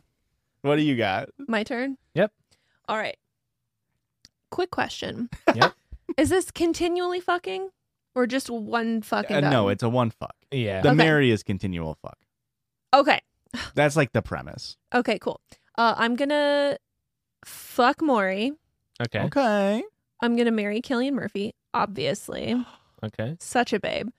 A: What do you got?
C: My turn?
B: Yep.
C: All right. Quick question.
B: Yep.
C: Is this continually fucking? or just one fucking?
A: Uh, no,
C: button?
A: it's a one fuck.
B: Yeah.
A: The
C: Okay.
A: Mary is continual fuck.
C: okay.
A: That's like the premise.
C: Okay, cool. Uh, I'm gonna fuck Maury.
B: okay.
A: Okay.
C: I'm gonna marry Killian Murphy, obviously.
B: Okay.
C: Such a babe.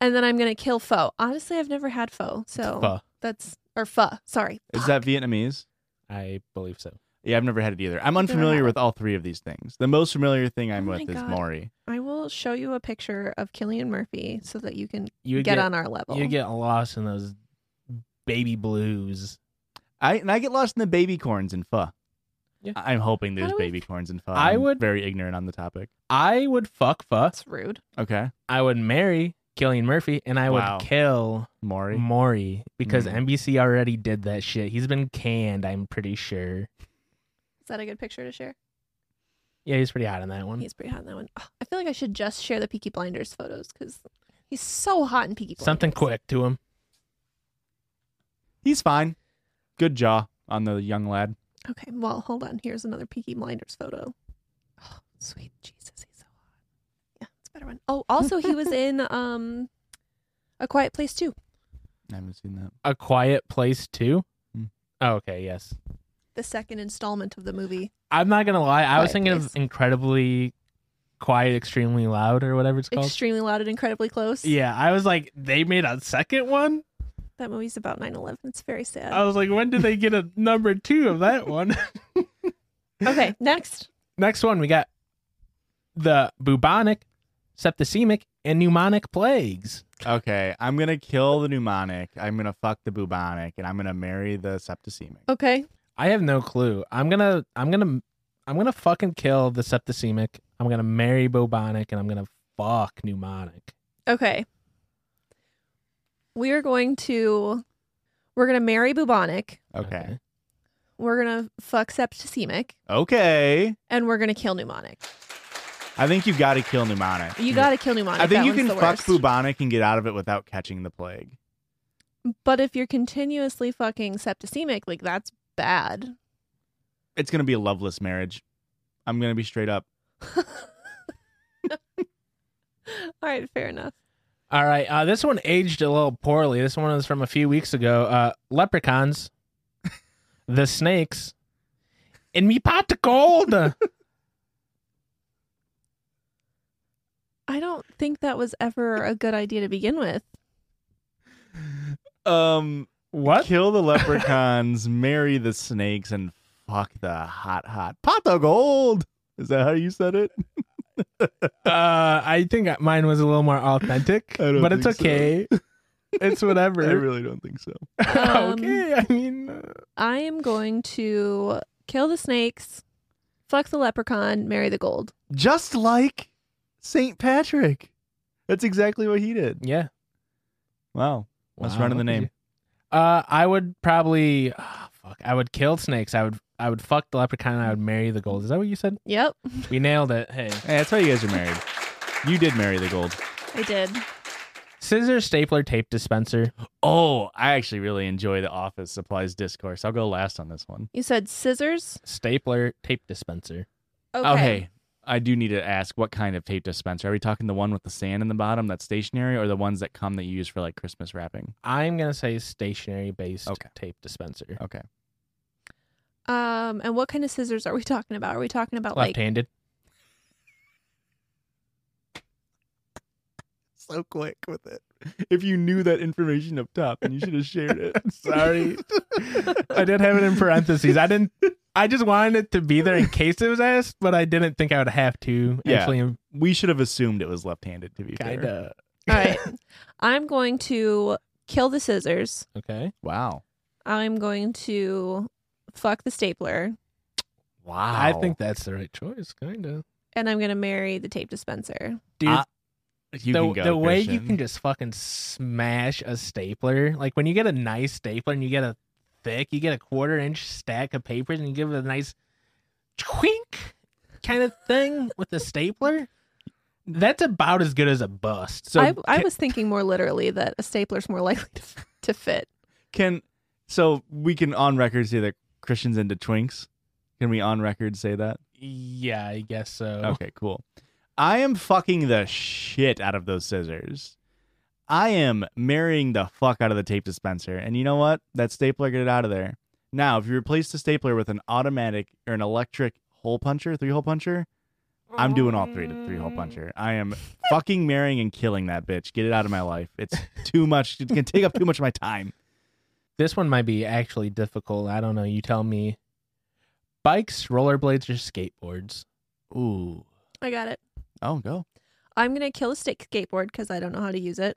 C: And then I'm gonna kill Pho. Honestly, I've never had Pho, so
B: Pho.
C: that's or Pho. Sorry.
A: Is that Vietnamese?
B: I believe so.
A: Yeah, I've never had it either. I'm
C: never
A: unfamiliar
C: had
A: with all three of these things. The most familiar thing I'm
C: Oh my
A: with is
C: God.
A: Maury.
C: I will show you a picture of Killian Murphy so that you can
B: You
C: get,
B: would get,
C: on our level.
B: you get lost in those baby blues.
A: I and I get lost in the baby corns and pho.
B: Yeah.
A: I- I'm hoping there's
C: do we-
A: baby corns and pho.
B: I
A: I'm
B: would-
A: very ignorant on the topic.
B: I would fuck fuck.
C: that's rude.
A: Okay.
B: I would marry Killian Murphy and I
A: Wow.
B: would kill Mm.
A: Maury.
B: Maury because
A: Mm.
B: NBC already did that shit. He's been canned, I'm pretty sure.
C: Is that a good picture to share?
B: Yeah, he's pretty hot on that one.
C: He's pretty hot in that one. Oh, I feel like I should just share the Peaky Blinders photos because he's so hot in Peaky Blinders.
B: Something quick to him.
A: He's fine. Good jaw on the young lad.
C: Okay, well, hold on. Here's another Peaky Blinders photo. Oh, sweet Jesus, he's so hot. Yeah, it's a better one. Oh, also he was in um A Quiet Place too.
A: I haven't seen that.
B: A Quiet Place too.
A: Mm.
B: Oh, okay, yes.
C: The second installment of the movie.
B: I'm not gonna lie. I was
C: Quiet
B: thinking
C: Place.
B: of incredibly quiet, extremely loud, or whatever it's called.
C: Extremely loud and incredibly close.
B: Oh. yeah, I was like, they made a second one.
C: That movie's about 9-11. It's very sad.
B: I was like, when did they get a number two of that one?
C: Okay, next.
B: Next one, we got the bubonic, septicemic, and pneumonic plagues.
A: Okay, I'm gonna kill the pneumonic. I'm gonna fuck the bubonic, and I'm gonna marry the septicemic.
C: Okay.
B: I have no clue. I'm gonna, I'm gonna, I'm gonna fucking kill the septicemic. I'm gonna marry bubonic, and I'm gonna fuck pneumonic.
C: Okay. We are going to we're going to marry bubonic.
A: Okay.
C: We're going to fuck septicemic
A: Okay.
C: and we're going to kill pneumonic.
A: I think you got to kill pneumonic.
C: You got to kill pneumonic.
A: I think
C: That
A: you
C: one's
A: can
C: the
A: fuck
C: worst.
A: bubonic and get out of it without catching the plague.
C: But if you're continuously fucking septicemic, like that's bad.
A: It's gonna be a loveless marriage. I'm gonna be straight up.
C: All right, fair enough.
B: All right. Uh, this one aged a little poorly. This one is from a few weeks ago. Uh, leprechauns, the snakes, and me pot of gold.
C: I don't think that was ever a good idea to begin with.
A: Um,
B: what?
A: kill the leprechauns, marry the snakes, and fuck the hot hot pot of gold. Is that how you said it?
B: Uh, I think mine was a little more authentic,
A: I don't
B: but it's
A: think so.
B: okay. It's whatever.
A: I really don't think so.
C: Um,
B: okay. I mean, uh,
C: I am going to kill the snakes, fuck the leprechaun, marry the gold.
A: Just like Saint Patrick. That's exactly what he did.
B: yeah.
A: Wow. Let's run in the
B: look at
A: name.
B: you. Uh, I would probably ah, fuck. I would kill snakes. I would. I would fuck the leprechaun. and I would marry the gold. Is that what you said?
C: Yep,
B: We nailed it. Hey,
A: Hey, that's why you guys are married. You did marry the gold.
C: I did.
B: scissors, stapler, tape dispenser.
A: Oh, I actually really enjoy the office supplies discourse. I'll go last on this one.
C: You said scissors?
B: Stapler, tape dispenser.
C: Okay.
A: Oh, hey, I do need to ask what kind of tape dispenser? Are we talking the one with the sand in the bottom that's stationary or the ones that come that you use for like Christmas wrapping?
B: I'm gonna say stationary based
A: Okay. Oh.
B: tape dispenser.
A: Okay.
C: Um, and what kind of scissors are we talking about? Are we talking about like
B: Left-handed.
A: So quick with it. If you knew that information up top, then you should have shared it.
B: Sorry. I did have it in parentheses. I didn't. I just wanted it to be there in case it was asked, but I didn't think I would have to.
A: Yeah.
B: Actually,
A: We should have assumed it was left handed, to be
B: kind
A: fair.
B: of.
C: All right. I'm going to kill the scissors.
B: Okay.
A: Wow.
C: I'm going to fuck the stapler
A: Wow.
B: I think that's the right choice. Kind of.
C: and I'm going to marry the tape dispenser.
B: Dude,
A: I- you
B: the,
A: can go,
B: the way you
A: Christian.
B: can just fucking smash a stapler like when you get a nice stapler and you get a thick you get a quarter inch stack of papers and you give it a nice twink kind of thing with the stapler that's about as good as a bust
A: So
C: I, I
A: ca-
C: was thinking more literally that a stapler's more likely to, f- to fit.
A: Can so we can on record say that Christian's into twinks? Can we on record say that?
B: yeah i guess so
A: Okay, cool. I am fucking the shit out of those scissors. I am marrying the fuck out of the tape dispenser. And you know what? That stapler, get it out of there. Now, if you replace the stapler with an automatic or an electric hole puncher, three hole puncher, Oh, I'm doing all three to three
C: Mm.
A: hole puncher. I am fucking marrying and killing that bitch. Get it out of my life. It's too much. It's gonna take up too much of my time.
B: This one might be actually difficult. I don't know. You tell me. Bikes, rollerblades, or skateboards?
A: Ooh.
C: I got it.
A: Oh, go.
C: I'm gonna kill a stick skateboard because I don't know how to use it.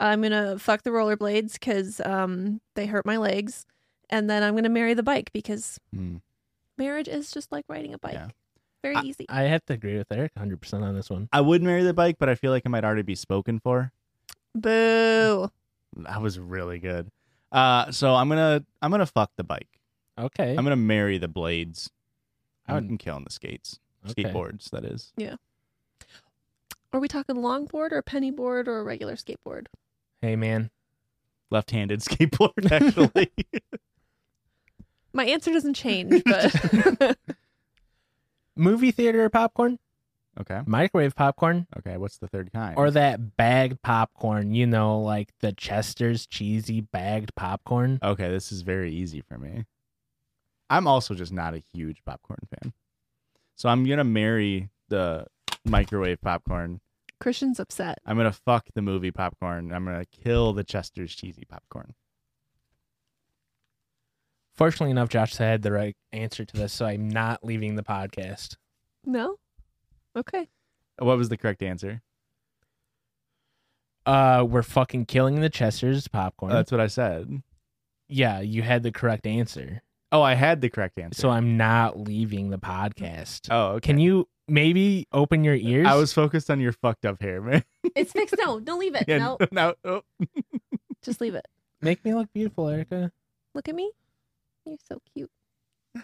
C: I'm gonna fuck the rollerblades because um they hurt my legs, and then I'm gonna marry the bike because
A: Hmm.
C: marriage is just like riding a bike,
A: Yeah.
C: very easy.
B: I have to agree with Eric 100% on this one.
A: I would marry the bike, but I feel like I might already be spoken for.
C: Boo!
A: That was really good. Uh, so I'm gonna I'm gonna fuck the bike.
B: Okay.
A: I'm gonna marry the blades.
B: I would-
A: I'm killing the skates,
B: Okay.
A: skateboards. That is.
C: Are we talking longboard or penny board or regular skateboard?
B: Hey, man.
A: left-handed skateboard actually
C: My answer doesn't change, but
B: Movie theater popcorn?
A: okay
B: Microwave popcorn?
A: okay what's the third kind
B: Or that bagged popcorn, you know, like the Chester's cheesy bagged popcorn.
A: okay this is very easy for me i'm also just not a huge popcorn fan so i'm gonna marry the microwave popcorn
C: Christian's upset.
A: i'm gonna fuck the movie popcorn i'm gonna kill the chester's cheesy popcorn
B: Fortunately enough, Josh had the right answer to this, so I'm not leaving the podcast.
C: No. Okay.
A: what was the correct answer
B: Uh, we're fucking killing the Chester's popcorn.
A: that's what i said
B: yeah, you had the correct answer.
A: oh i had the correct answer
B: So I'm not leaving the podcast.
A: oh okay
B: Can you maybe open your ears?
A: i was focused on your fucked up hair man
C: It's fixed. No, don't leave it.
A: Yeah,
C: No,
A: no oh.
C: just leave it.
B: make me look beautiful, Erica.
C: Look at me. You're so cute.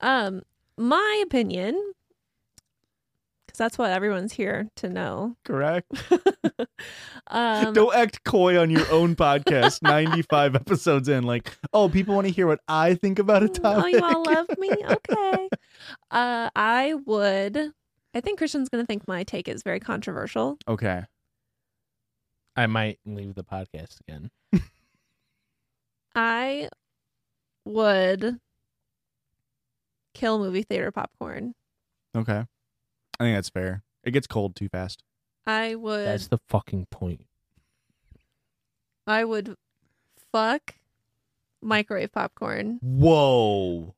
C: um, my opinion, because that's what everyone's here to know.
A: correct
C: um,
A: Don't act coy on your own podcast. Ninety-five episodes in, like, oh, people want to hear what I think about a
C: Oh,
A: topic.
C: you all love me? Okay. uh, I would. I think Christian's going to think my take is very controversial.
A: okay,
B: I might leave the podcast again.
C: I would kill movie theater popcorn.
A: okay. I think that's fair. It gets cold too fast.
C: I would.
B: That's the fucking point.
C: I would fuck microwave popcorn,
A: Whoa.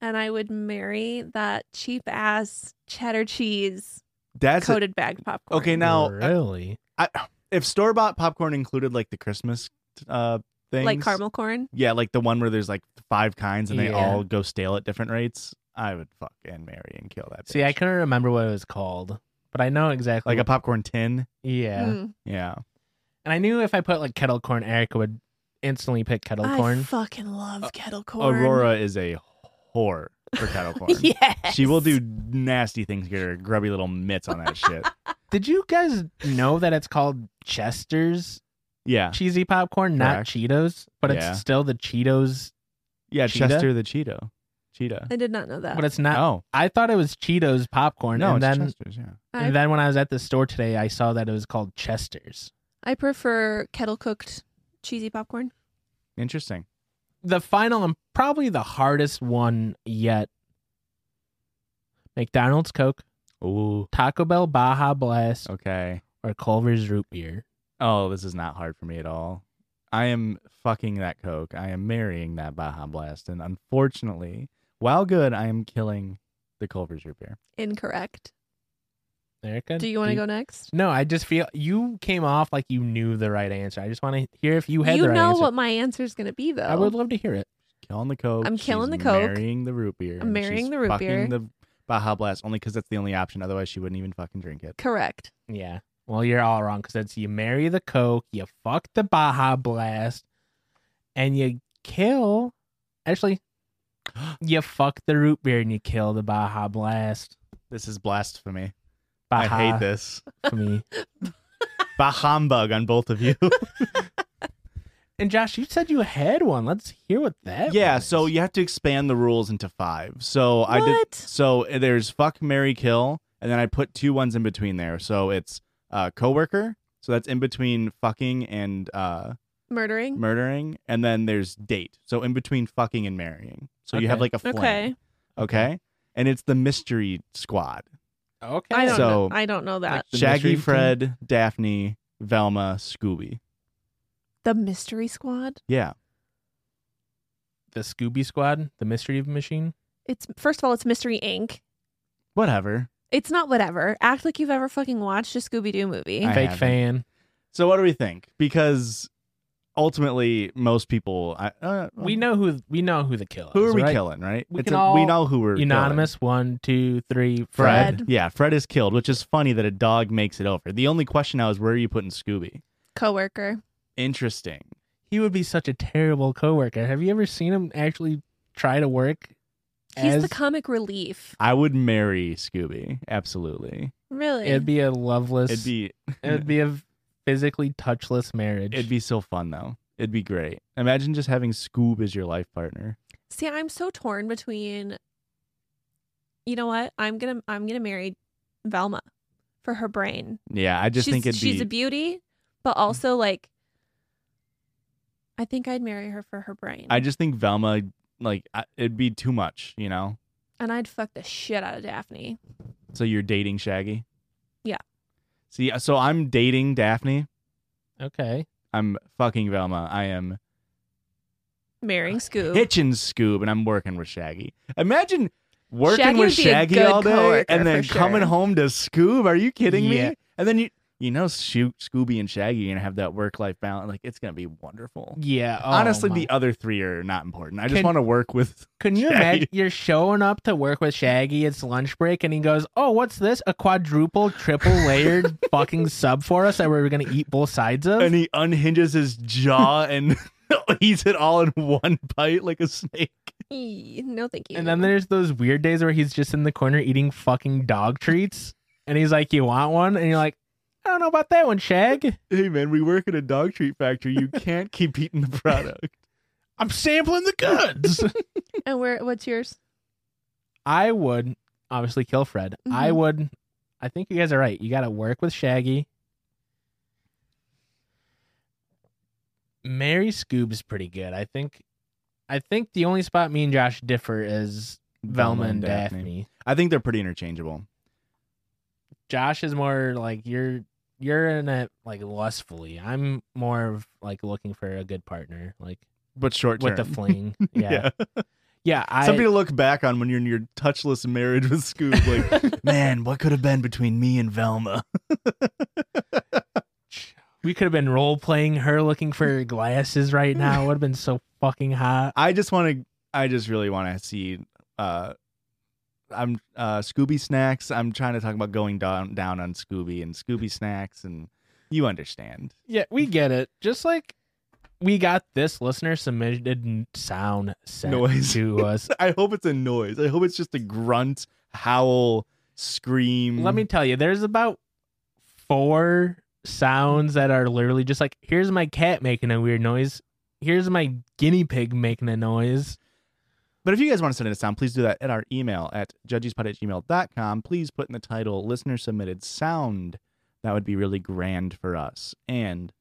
C: and I would marry that cheap ass cheddar cheese
A: That's a-
C: coated bag popcorn.
A: okay. Now,
B: really?
A: I, if store-bought popcorn included like the Christmas uh things,
C: like caramel corn.
A: yeah, like the one where there's like five kinds and they
B: Yeah.
A: all go stale at different rates, I would fuck and marry and kill that.
B: See, I
A: bitch.
B: couldn't remember what it was called, but I know exactly.
A: like a popcorn tin.
B: yeah,
C: Mm.
A: Yeah.
B: and I knew if I put like kettle corn, Erica would instantly pick kettle
C: I
B: corn.
C: fucking love kettle corn.
A: Aurora is a whore for kettle corn.
C: Yes.
A: She will do nasty things. Get her grubby little mitts on that shit.
B: Did you guys know that it's called Chester's
A: Yeah,
B: cheesy popcorn, not
A: Correct.
B: Cheetos? But
A: Yeah.
B: it's still the Cheetos,
A: yeah.
B: Cheetah?
A: Chester the Cheeto, Cheetah.
C: I did not know that.
B: but it's not.
A: oh
B: I thought it was Cheetos popcorn,
A: no,
B: and
A: it's
B: then
A: Chester's. Yeah.
C: I,
B: and then when I was at the store today, I saw that it was called Chester's.
C: I prefer kettle cooked cheesy popcorn.
A: Interesting.
B: the final and probably the hardest one yet. McDonald's Coke,
A: Ooh.
B: Taco Bell Baja Blast,
A: Okay.
B: or Culver's root beer.
A: Oh, this is not hard for me at all. I am fucking that Coke. I am marrying that Baja Blast, and unfortunately, while good, I am killing the Culver's root beer.
C: Incorrect.
B: Erica,
C: Do you want to go next?
B: No, I just feel you came off like you knew the right answer. I just want to hear if you had
C: you
B: the right
C: know
B: answer.
C: what my answer is going to be though.
B: I would love to hear it.
A: Killing the Coke.
C: I'm killing
A: she's
C: the Coke.
A: Marrying the root beer.
C: I'm
A: and
C: marrying
A: she's
C: the root
A: fucking
C: beer.
A: The Baja Blast, only because that's the only option. Otherwise, she wouldn't even fucking drink it.
C: Correct.
B: Yeah. Well, you're all wrong because it's you marry the Coke, you fuck the Baja Blast, and you kill. Actually, you fuck the root beer and you kill the Baja Blast.
A: This is blasphemy.
B: Baja
A: I hate this.
B: for me.
A: Bah humbug on both of you.
B: And Josh, you said you had one. Let's hear what that.
A: yeah,
B: was.
A: so you have to expand the rules into five. So I did.
C: What?
A: So there's fuck, Mary, kill, and then I put two ones in between there. So it's uh, coworker. So that's in between fucking and uh,
C: Murdering.
A: murdering, and then there's date. So in between fucking and marrying. So you have
B: Okay.
A: like a fling.
C: okay.
A: Okay. And it's the mystery squad.
B: Okay.
C: I don't
A: So-
C: know. I don't know that.
B: Like- The
A: Shaggy,
B: mystery team?
A: Fred, Daphne, Velma, Scooby.
C: the Mystery Squad.
A: Yeah.
B: the Scooby Squad, the Mystery Machine.
C: It's first of all, it's Mystery Inc.
A: Whatever.
C: It's not whatever. Act like you've ever fucking watched a Scooby Doo movie.
A: I
B: Fake
A: haven't.
B: fan.
A: So what do we think? Because ultimately, most people, I, uh,
B: We know who we know who the killer
A: who
B: is.
A: are we
B: right?
A: killing, right?
B: We
A: It's
B: can
A: a-
B: all
A: we know who we're killing.
B: Unanimous. One, two, three. Fred.
A: Fred.
C: Fred.
A: Yeah, Fred is killed, which is funny that a dog makes it over. The only question now is where are you putting Scooby?
C: Coworker.
A: Interesting.
B: He would be such a terrible coworker. Have you ever seen him actually try to work?
C: He's
B: as,
C: the comic relief.
A: I would marry Scooby. Absolutely.
C: Really.
B: It'd be a loveless.
A: It'd be
B: It'd be a physically touchless marriage.
A: It'd be so fun though. It'd be great. Imagine just having Scoob as your life partner.
C: See, I'm so torn between you know what? I'm gonna I'm gonna marry Velma for her brain.
A: Yeah, I just
C: she's,
A: think it'd
C: she's
A: be Mm-hmm.
C: a beauty, but also like I think I'd marry her for her brain.
A: I just think Velma like I, it'd be too much, you know.
C: and I'd fuck the shit out of Daphne.
A: So you're dating Shaggy?
C: Yeah.
A: See, uh, so I'm dating Daphne.
B: okay.
A: I'm fucking Velma. I am
C: Marrying Scoob.
A: hitching Scoob and I'm working with Shaggy. Imagine working
C: Shaggy
A: with
C: would be a
A: Shaggy
C: good
A: all day
C: coworker,
A: and then
C: for sure.
A: coming home to Scoob. Are you kidding
B: Yeah.
A: me? And then you you know shoot Scooby and Shaggy you're going to have that work life balance like it's going to be wonderful.
B: Yeah. oh
A: Honestly,
B: my.
A: the other three are not important. I just
B: Can-
A: want to work with.
B: Can you
A: Shaggy.
B: imagine? You're showing up to work with Shaggy. It's lunch break, and he goes, "Oh, what's this? A quadruple, triple layered fucking sub for us that we're gonna eat both sides of?"
A: And he unhinges his jaw and eats it all in one bite like a snake.
C: Eee, no thank you.
B: And then there's those weird days where he's just in the corner eating fucking dog treats, and he's like, "You want one?" And you're like, "I don't know about that one, Shag.
A: Hey man, we work at a dog treat factory. You can't keep eating the product.
B: I'm sampling the goods."
C: and where what's yours?
B: I would obviously kill Fred. I
C: Mhm.
B: would. I think you guys are right. You got to work with Shaggy. Mary Scoob's pretty good. I think. I think the only spot me and Josh differ is Velma and Daphne.
A: I think they're pretty interchangeable.
B: Josh is more like you're you're in it like lustfully. I'm more of like looking for a good partner, like
A: But short term.
B: with the fling. Yeah, yeah. I
A: Something to look back on when you're in your touchless marriage with Scoob. Like, man, what could have been between me and Velma?
B: we could have been role playing her looking for glasses right now. It would have been so fucking hot.
A: I just want to. I just really want to see. Uh, I'm uh, Scooby snacks. I'm trying to talk about going down down on Scooby and Scooby snacks, and you understand.
B: Yeah, we get it. Just like we got this listener submitted n- sound sent
A: Noise.
B: to us.
A: I hope it's a noise. I hope it's just a grunt, howl, scream.
B: Let me tell you, there's about four sounds that are literally just like here's my cat making a weird noise. Here's my guinea pig making a noise.
A: But if you guys want to send in a sound, please do that at our email at judgespot at gmail.com. Please put in the title listener submitted sound. That would be really grand for us. And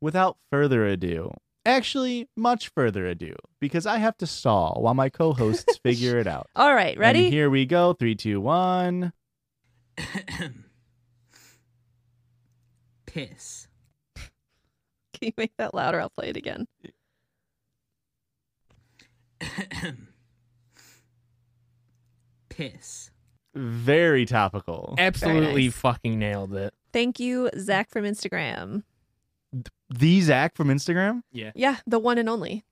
A: without further ado, actually, much further ado, because I have to stall while my co hosts figure it out.
C: All right, ready?
A: And here we go. Three, two, one.
D: Piss.
C: Can you make that louder? I'll play it again.
D: Piss.
A: Very topical.
B: Absolutely
C: nice.
B: fucking nailed it.
C: Thank you, Zach from Instagram.
A: The Zach from Instagram?
C: Yeah, the one and only.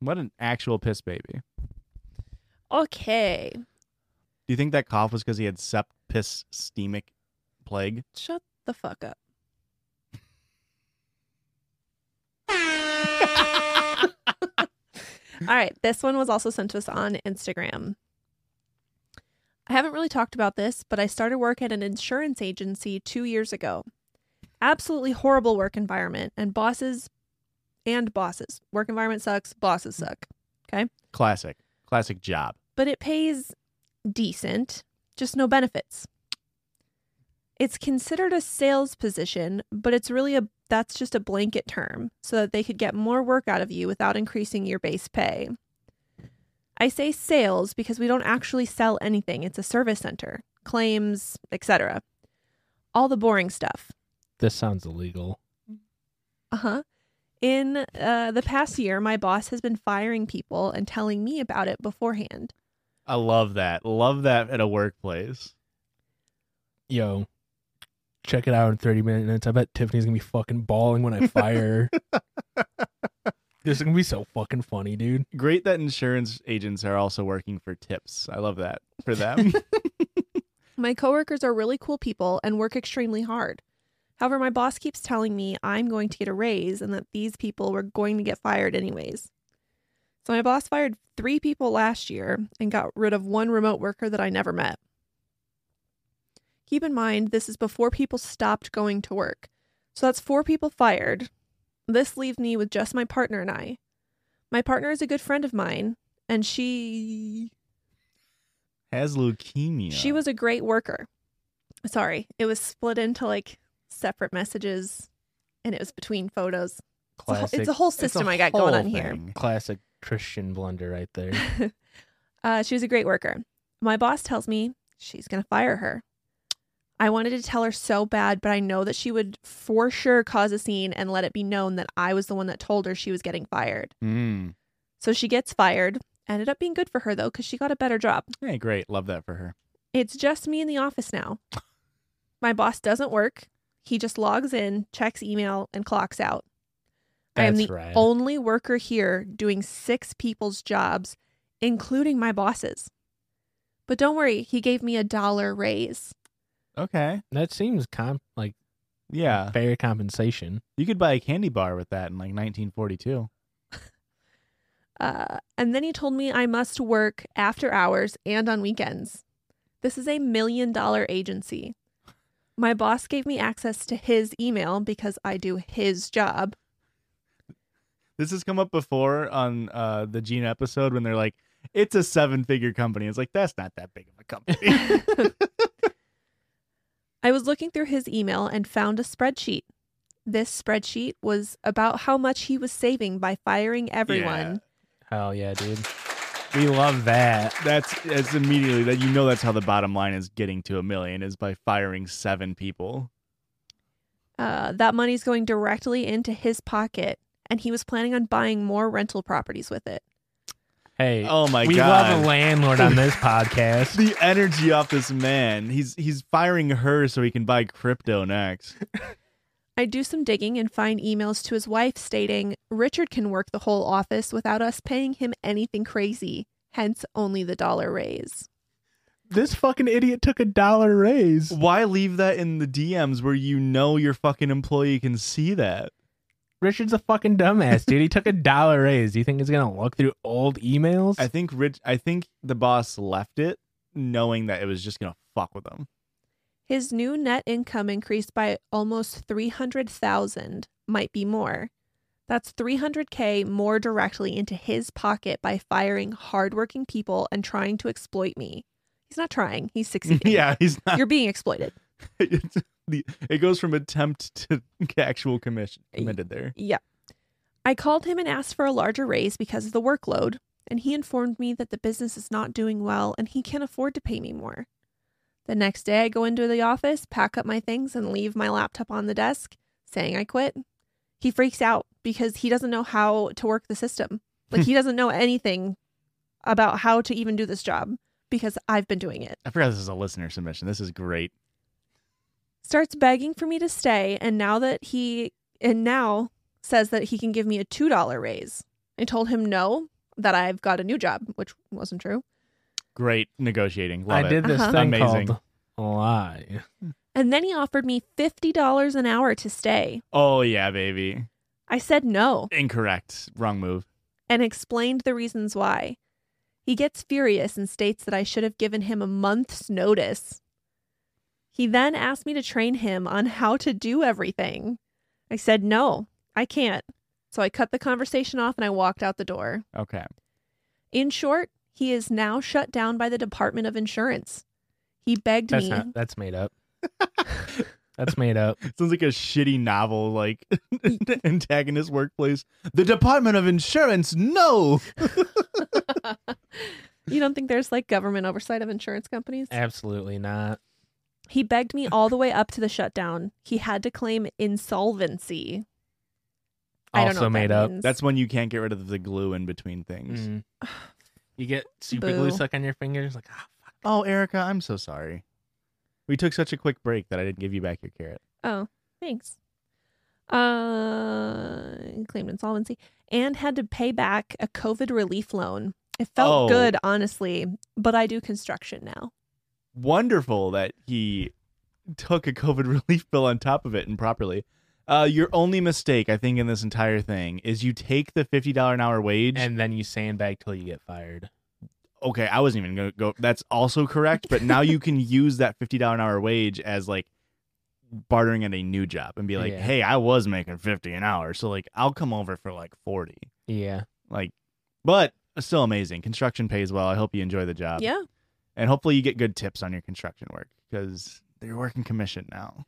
A: What an actual piss baby.
C: Okay.
A: Do you think that cough was because he had sept piss stemic plague?
C: Shut the fuck up. All right. This one was also sent to us on Instagram. I haven't really talked about this, but I started work at an insurance agency two years ago. Absolutely horrible work environment and bosses and bosses. Work environment sucks, bosses suck.
A: Classic. Classic job.
C: But it pays decent, just no benefits. It's considered a sales position, but it's really a that's just a blanket term so that they could get more work out of you without increasing your base pay. I say sales because we don't actually sell anything. It's a service center, claims, etc. All the boring stuff.
B: This sounds illegal.
C: Uh-huh. In uh, the past year, my boss has been firing people and telling me about it beforehand.
A: I love that. Love that at a workplace.
B: Yo, check it out in 30 minutes. I bet Tiffany's gonna be fucking bawling when I fire. her. this is gonna be so fucking funny, dude.
A: Great that insurance agents are also working for tips. I love that for them.
C: My coworkers are really cool people and work extremely hard. However, my boss keeps telling me I'm going to get a raise and that these people were going to get fired anyways. So my boss fired three people last year and got rid of one remote worker that I never met. Keep in mind, this is before people stopped going to work. So that's four people fired. This leaves me with just my partner and I. My partner is a good friend of mine, and she
A: Has leukemia.
C: she was a great worker. Sorry, it was split into like separate messages and it was between photos. It's a whole-
B: Classic,
C: It's a whole system I got going on here.
B: classic Christian blunder right there.
C: uh, she was a great worker. My boss tells me she's going to fire her. I wanted to tell her so bad, but I know that she would for sure cause a scene and let it be known that I was the one that told her she was getting fired.
A: Mm.
C: So she gets fired. Ended up being good for her though, because she got a better job.
A: Hey, great. Love that for her.
C: It's just me in the office now. My boss doesn't work. He just logs in, checks email, and clocks out. I am
B: That's
C: the
B: rad.
C: only worker here doing six people's jobs, including my boss's. But don't worry, he gave me a dollar raise.
A: Okay.
B: That seems comp like
A: Yeah.
B: fair compensation.
A: You could buy a candy bar with that in like 1942.
C: Uh, and then he told me I must work after hours and on weekends. This is a million dollar agency. My boss gave me access to his email because I do his job.
A: This has come up before on uh, the Gene episode when they're like, it's a seven figure company. It's like, that's not that big of a company.
C: I was looking through his email and found a spreadsheet. This spreadsheet was about how much he was saving by firing everyone.
B: Hell yeah, dude. We love that.
A: that's, that's immediately that you know that's how the bottom line is getting to a million is by firing seven people.
C: Uh, that money's going directly into his pocket, and he was planning on buying more rental properties with it.
B: Hey,
A: Oh my
B: we
A: God.
B: love a landlord on this podcast.
A: the energy off this man. He's he's firing her so he can buy crypto next.
C: I do some digging and find emails to his wife stating Richard can work the whole office without us paying him anything crazy, hence only the dollar raise.
B: This fucking idiot took a dollar raise.
A: Why leave that in the DMs where you know your fucking employee can see that?
B: Richard's a fucking dumbass, dude. He took a dollar raise. Do you think he's gonna look through old emails?
A: I think Rich I think the boss left it knowing that it was just gonna fuck with him.
C: His new net income increased by almost 300,000, might be more. That's 300k more directly into his pocket by firing hardworking people and trying to exploit me. He's not trying, he's succeeding.
A: yeah, he's not
C: You're being exploited.
A: it's the, it goes from attempt to actual commission committed there.
C: Yeah. I called him and asked for a larger raise because of the workload, and he informed me that the business is not doing well and he can't afford to pay me more. The next day, I go into the office, pack up my things, and leave my laptop on the desk, saying I quit. He freaks out because he doesn't know how to work the system. Like, he doesn't know anything about how to even do this job because I've been doing it.
A: I forgot this is a listener submission. This is great.
C: starts begging for me to stay and now that he and now says that he can give me a $2 raise. I told him no, that I've got a new job, which wasn't true.
A: Great negotiating. Love
B: I did
A: it.
B: this
C: Uh-huh.
B: thing
A: Amazing.
B: called a lie.
C: And then he offered me $50 an hour to stay.
A: Oh yeah, baby.
C: I said no
A: Incorrect. Wrong move.
C: and explained the reasons why. He gets furious and states that I should have given him a month's notice. He then asked me to train him on how to do everything. I said no, I can't. So I cut the conversation off and I walked out the door.
A: Okay.
C: In short, he is now shut down by the Department of Insurance. He begged
B: That's
C: me.
B: not. That's made up. That's made up.
A: Sounds like a shitty novel, like antagonist workplace. The Department of Insurance, no.
C: you don't think there's like government oversight of insurance companies?
B: Eh. Absolutely not.
C: He begged me all the way up to the shutdown. He had to claim insolvency. I don't know
B: Also
C: what
B: made
C: that
B: up.
C: means.
A: That's when you can't get rid of the glue in between things.
B: Mm. You get super glue
C: Boo.
B: stuck on your fingers, like ah, fuck.
A: Oh, Erica, I'm so sorry. We took such a quick break that I didn't give you back your carrot.
C: Oh, thanks. Uh, claimed insolvency and had to pay back a COVID relief loan. It felt
A: Oh.
C: good, honestly, but I do construction now.
A: Wonderful that he took a COVID relief bill on top of it improperly. Uh, your only mistake, I think, in this entire thing is you take the fifty dollar an hour wage.
B: And then you sandbag till you get fired.
A: okay, I wasn't even gonna go. That's also correct. But now you can use that fifty dollar an hour wage as like bartering at a new job and be like,
B: Yeah.
A: hey, I was making fifty an hour, so like I'll come over for like forty.
B: Yeah.
A: Like, but still amazing. Construction pays well. I hope you enjoy the job.
C: yeah.
A: and hopefully you get good tips on your construction work because they're working commission now.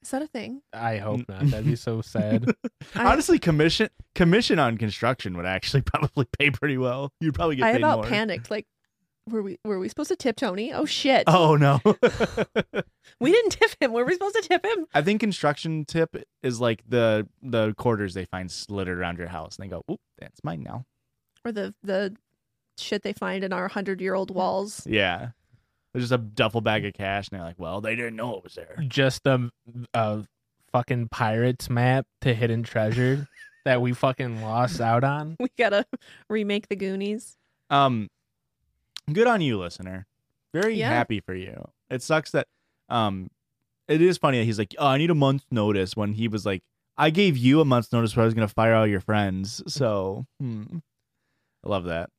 C: Is that a thing?
B: I hope not. That'd be so sad.
C: I-
A: Honestly, commission commission on construction would actually probably pay pretty well. You'd probably get
C: I
A: paid
C: about
A: more.
C: panicked. Like, were we were we supposed to tip Tony? Oh shit.
A: Oh no!
C: We didn't tip him. Were we supposed to tip him?
A: I think construction tip is like the the quarters they find littered around your house, and they go, "Oop, that's mine now."
C: Or the the shit they find in our hundred year old walls.
A: Yeah, there's just a duffel bag of cash, and they're like, "Well, they didn't know it was there."
B: Just a, a fucking pirates map to hidden treasure that we fucking lost out on.
C: We gotta remake the Goonies.
A: Um, good on you, listener. Very
C: Yeah.
A: happy for you. It sucks that um, it is funny that he's like, oh, I need a month's notice when he was like, I gave you a month's notice where I was gonna fire all your friends. So, hmm. I love that.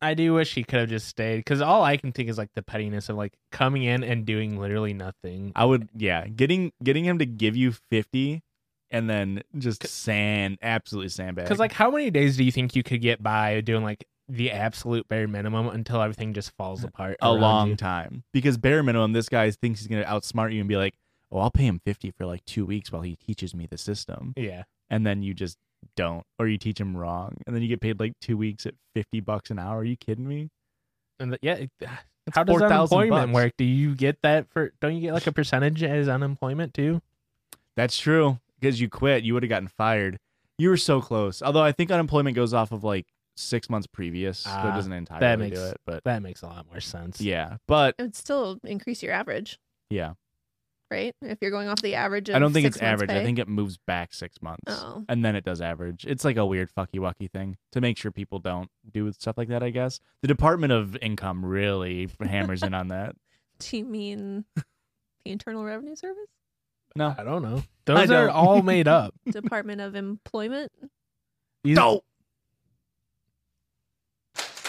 B: I do wish he could have just stayed because all I can think is like the pettiness of like coming in and doing literally nothing.
A: I would, yeah, getting getting him to give you fifty, and then just sand, absolutely sandbag.
B: Because like, how many days do you think you could get by doing like the absolute bare minimum until everything just falls apart?
A: a
B: around
A: long
B: you?
A: time because bare minimum, this guy thinks he's gonna outsmart you and be like, oh, I'll pay him fifty for like two weeks while he teaches me the system.
B: Yeah.
A: and then you just don't or you teach them wrong and then you get paid like two weeks at 50 bucks an hour are you kidding me
B: And the, yeah, it- how does
A: 4,000
B: unemployment
A: bucks.
B: work? Do you get that for? Don't you get like a percentage as unemployment too?
A: that's true because you quit you would have gotten fired you were so close although i think unemployment goes off of like six months previous so it
B: Ah,
A: doesn't entirely
B: that makes-
A: do it but
B: That makes a lot more sense.
A: yeah but
C: It would still increase your average,
A: yeah
C: right? If you're going off the average. Of
A: i don't think
C: six
A: it's
C: months'
A: average i
C: pay.
A: think it moves back six months
C: Oh.
A: and then it does average it's like a weird fucky wucky thing to make sure people don't do stuff like that i guess the department of income really hammers in on that
C: Do you mean the Internal Revenue Service,
A: no
B: I don't know. Those
A: don't.
B: are all made up.
C: Department of Employment?
B: These-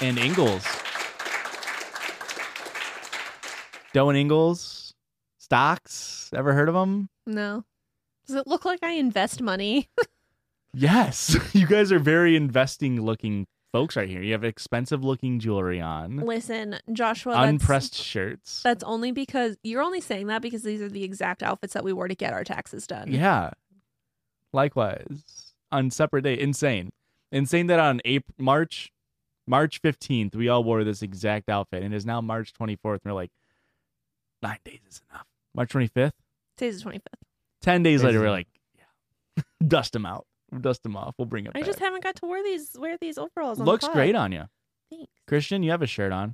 A: And Ingles. Doe and Ingles. Stocks. Ever heard of them?
C: No. Does it look like I invest money?
A: Yes. You guys are very investing looking folks right here. You have expensive looking jewelry on,
C: Listen, Joshua. that's-
A: unpressed shirts.
C: That's only because you're only saying that because these are the exact outfits that we wore to get our taxes done.
A: Yeah. Likewise. On separate day. Insane. Insane that on April, March, March 15th, we all wore this exact outfit. And it is now March 24th. And we're like, nine days is enough. March 25th?
C: Today's the 25th.
A: 10 days
B: Days
A: later,
B: is
A: we're
B: enough.
A: like, yeah. dust them out. Dust them off. We'll bring it
C: I
A: back.
C: just haven't got to wear these wear these overalls. On
A: Looks
C: the pod.
A: great on you.
C: Thanks.
A: Christian, you have a shirt on.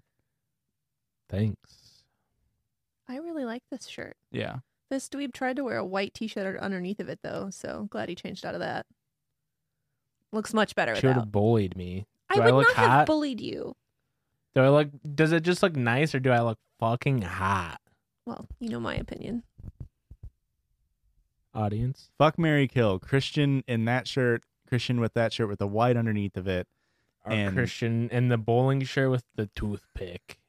B: Thanks.
C: I really like this shirt.
A: Yeah.
C: This dweeb tried to wear a white T-shirt underneath of it though, so glad he changed out of that. Looks much better
B: Should
C: without.
B: have bullied me.
C: I
B: do I
C: would
B: look
C: not have
B: hot?
C: bullied you.
B: Do I look? Does it just look nice, or do I look fucking hot?
C: Well, you know my opinion.
B: Audience.
A: Fuck Mary Kill. Christian in that shirt. Christian with that shirt with the white underneath of it.
B: Or
A: And-
B: Christian in the bowling shirt with the toothpick.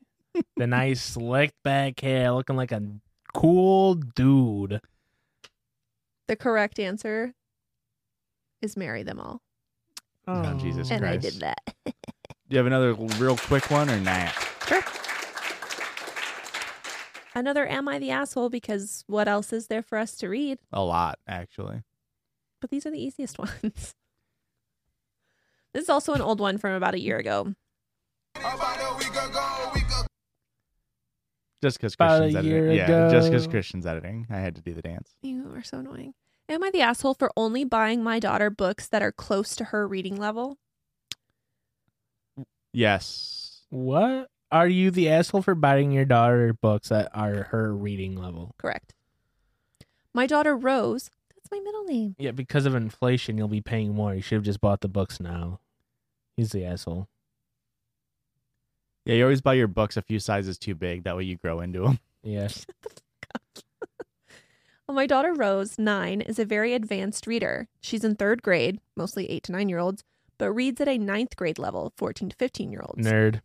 B: the nice slicked back hair, looking like a cool dude.
C: The correct answer is marry them all,
A: Oh, Jesus
C: and I
A: Christ.
C: did that.
A: Do you have another real quick one or not?
C: Sure. another Am I the Asshole because what else is there for us to read?
A: A lot, actually.
C: But these are the easiest ones. This is also an old one from about a year ago.
A: Just because
B: About a
A: Christian's editing.
B: year
A: Yeah, just because
B: ago.
A: Christian's editing. I had to do the dance.
C: You are so annoying. Am I the asshole for only buying my daughter books that are close to her reading level?
A: Yes.
B: What? Are you the asshole for buying your daughter books that are her reading level?
C: Correct. My daughter Rose, that's my middle name.
B: Yeah, because of inflation, you'll be paying more. You should have just bought the books now. He's the asshole.
A: Yeah, you always buy your books a few sizes too big. That way you grow into them.
B: Yes.
C: Well, my daughter Rose, nine, is a very advanced reader. She's in third grade, mostly eight to nine year olds, but reads at a ninth grade level, 14 to 15 year olds.
B: Nerd.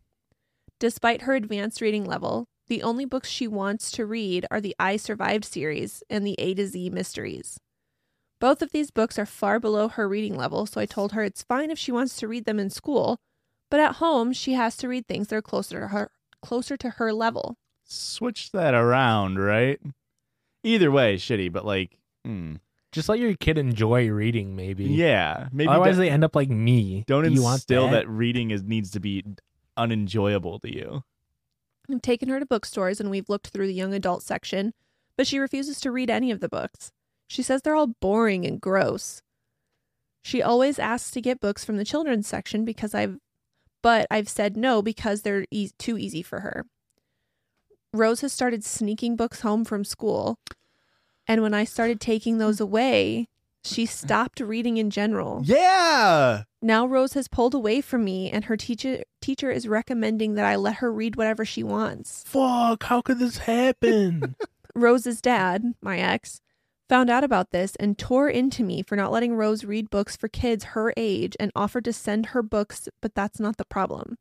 C: Despite her advanced reading level, the only books she wants to read are the I Survived series and the A to Z mysteries. Both of these books are far below her reading level, so I told her it's fine if she wants to read them in school, but at home she has to read things that are closer to her closer to her level.
A: Switch that around, right? Either way, shitty, but like, hmm.
B: Just let your kid enjoy reading, maybe.
A: yeah. Maybe
B: Otherwise,
A: don't,
B: they end up like me.
A: don't
B: Do you want
A: instill that? reading is needs to be unenjoyable to you.
C: I've taken her to bookstores and we've looked through the young adult section, but she refuses to read any of the books. She says they're all boring and gross. She always asks to get books from the children's section because I've but I've said no because they're eas too easy for her. Rose has started sneaking books home from school, and when I started taking those away, she stopped reading in general.
A: Yeah.
C: Now Rose has pulled away from me and her teacher teacher is recommending that I let her read whatever she wants.
B: Fuck, how could this happen?
C: Rose's dad, my ex, found out about this and tore into me for not letting Rose read books for kids her age and offered to send her books, but that's not the problem.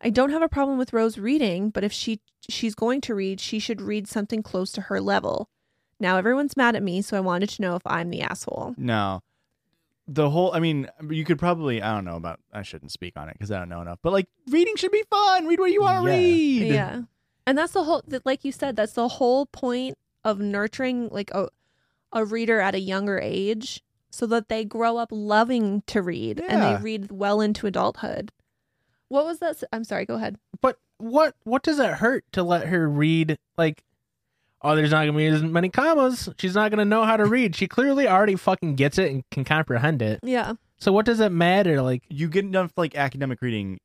C: I don't have a problem with Rose reading, but if she she's going to read, she should read something close to her level. Now everyone's mad at me, so I wanted to know if I'm the asshole.
A: No. The whole, I mean, you could probably, I don't know about, I shouldn't speak on it because I don't know enough, but like, reading should be fun. Read what you want to
B: Yeah.
A: read.
C: Yeah. And that's the whole that like you said, that's the whole point of nurturing like a a reader at a younger age so that they grow up loving to read and
A: Yeah.
C: they read well into adulthood. What was that? s- I'm sorry, go ahead.
B: but what what does it hurt to let her read like oh there's not gonna be as many commas. She's not gonna know how to read. She clearly already fucking gets it and can comprehend it.
C: Yeah.
B: So what does it matter? Like
A: you get enough like academic reading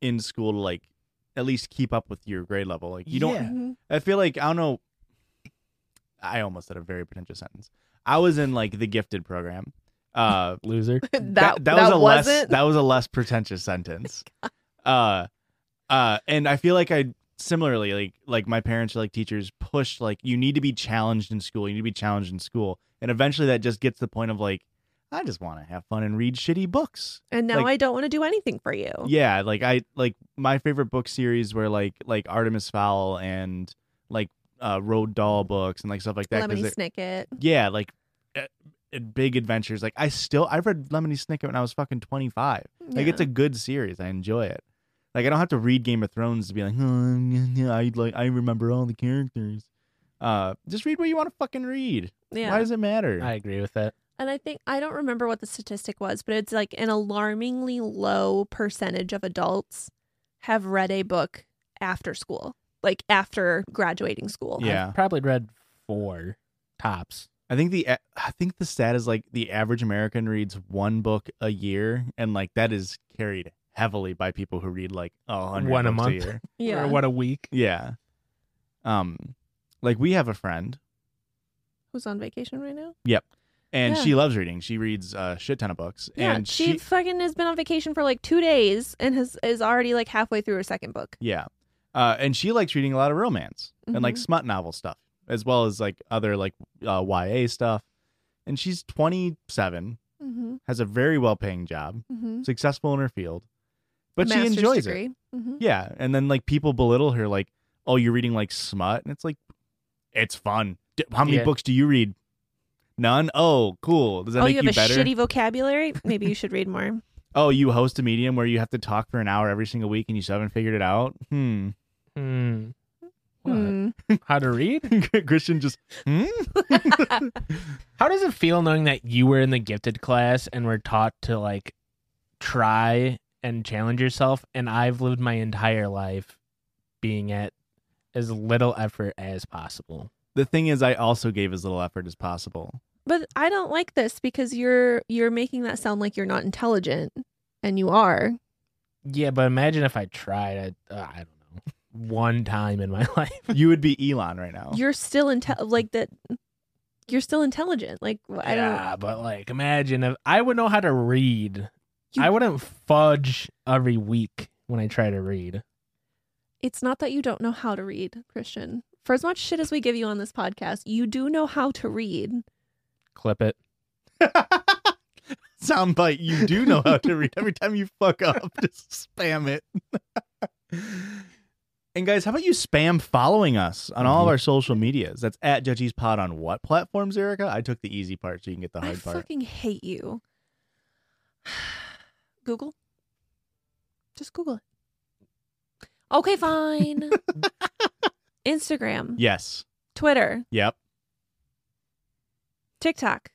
A: in school to like at least keep up with your grade level. Like you don't.
B: Yeah.
C: Mm-hmm.
A: I feel like I don't know. I almost said a very pretentious sentence. I was in like the gifted program. Uh,
B: loser.
C: That,
A: that,
C: that,
A: that was a less
C: wasn't
A: that was a less pretentious sentence. uh, uh, and I feel like I similarly like like my parents or like teachers push like you need to be challenged in school. You need to be challenged in school, and eventually that just gets to the point of like I just want to have fun and read shitty books.
C: and now
A: like-
C: I don't want to do anything for you.
A: Yeah, like I like my favorite book series were like like Artemis Fowl and like uh Road Doll books and like stuff like that. 'cause
C: Lemony
A: they're-
C: Snicket.
A: yeah, like uh, uh, big adventures. Like I still I read Lemony Snicket when I was fucking twenty five. Like it's a good series. I enjoy it. Like I don't have to read Game of Thrones to be like, oh, yeah, I like I remember all the characters. Uh, just read what you want to fucking read.
C: yeah.
A: Why does it matter?
B: I agree with that.
C: And I think I don't remember what the statistic was, but it's like an alarmingly low percentage of adults have read a book after school, like after graduating school.
B: I've
A: Yeah.
B: probably read four tops.
A: I think the I think the stat is like the average American reads one book a year, and like that is carried heavily by people who read like a hundred
B: One a
A: books
B: month.
A: year.
C: Yeah.
B: Or what a week.
A: Yeah, um, like we have a friend,
C: Who's on vacation right now?
A: and
C: Yeah.
A: she loves reading. She reads a shit ton of books,
C: Yeah.
A: and
C: she, fucking has been on vacation for like two days and has is already like halfway through her second book.
A: yeah, uh, and she likes reading a lot of romance and like
C: Mhm.
A: smut novel stuff, as well as like other like uh, YA stuff. And she's twenty seven,
C: Mm-hmm.
A: has a very well paying job,
C: Mm-hmm.
A: successful in her field, but she enjoys it.
C: Mm-hmm.
A: Yeah, and then like people belittle her, like, "Oh, you're reading like smut," and it's like, it's fun. D- how many
B: Yeah.
A: books do you read? None. Oh, cool. Does that
C: Oh,
A: make
C: you have a
A: better?
C: shitty vocabulary. Maybe you should read more.
A: Oh, you host a medium where you have to talk for an hour every single week and you still haven't figured it out. Hmm.
B: Hmm. What?
C: Hmm.
B: How to read?
A: Christian just hmm?
B: How does it feel knowing that you were in the gifted class and were taught to like try and challenge yourself and I've lived my entire life being at as little effort as possible.
A: the thing is I also gave as little effort as possible.
C: But I don't like this because you're you're making that sound like you're not intelligent, and you are.
B: Yeah, but imagine if I tried I, uh, I don't know one time in my life.
A: You would be Elon right now.
C: You're still intel like that. You're still intelligent. Like I don't.
B: Yeah, but like imagine if I would know how to read.
C: You-
B: I wouldn't fudge every week when I try to read.
C: It's not that you don't know how to read, Christian. For as much shit as we give you on this podcast, you do know how to read.
B: Clip it.
A: Soundbite, you do know how to read. Every time you fuck up, just spam it. and guys, how about you spam following us on
B: Mm-hmm.
A: all of our social medias? That's at Judges Pod on what platforms, Erica? I took the easy part so you can get the
C: I
A: hard part.
C: fucking hate you. Google. Just Google it. Okay, fine. Instagram,
A: Yes.
C: Twitter,
A: Yep.
C: TikTok,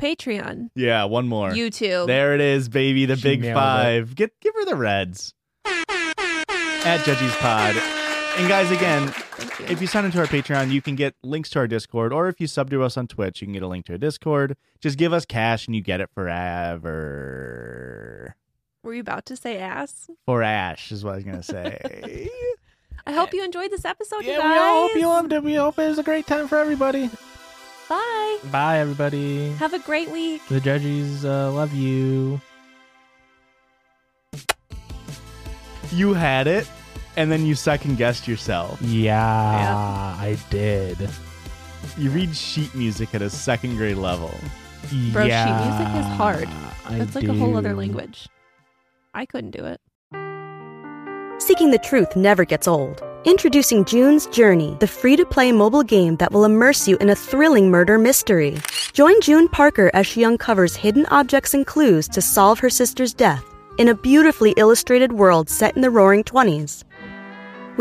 C: Patreon,
A: yeah, one more.
C: YouTube.
A: There it is, baby. The
B: She
A: big
B: nailed it.
A: five. Get give her the reds. At Judges Pod. And guys, again,
C: Thank you.
A: if you sign into our Patreon, you can get links to our Discord, or if you sub to us on Twitch, you can get a link to a Discord. Just give us cash and you get it forever.
C: Were you about to say ass?
A: For Ash is what I was gonna say.
C: I hope you enjoyed this episode, you
B: yeah,
C: guys.
B: we all hope you loved it. We hope it was a great time for everybody.
C: Bye.
B: Bye, everybody.
C: Have a great week.
B: The judges uh, love you.
A: you had it, and then you second guessed yourself.
B: Yeah, I did.
A: You read sheet music at a second grade level.
C: Bro, sheet music is
B: Yeah,
C: hard.
B: I
C: That's like a whole other
B: do.
C: language. I couldn't do it.
D: Seeking the truth never gets old. Introducing June's Journey, the free to play mobile game that will immerse you in a thrilling murder mystery. Join June Parker as she uncovers hidden objects and clues to solve her sister's death in a beautifully illustrated world set in the roaring 20s.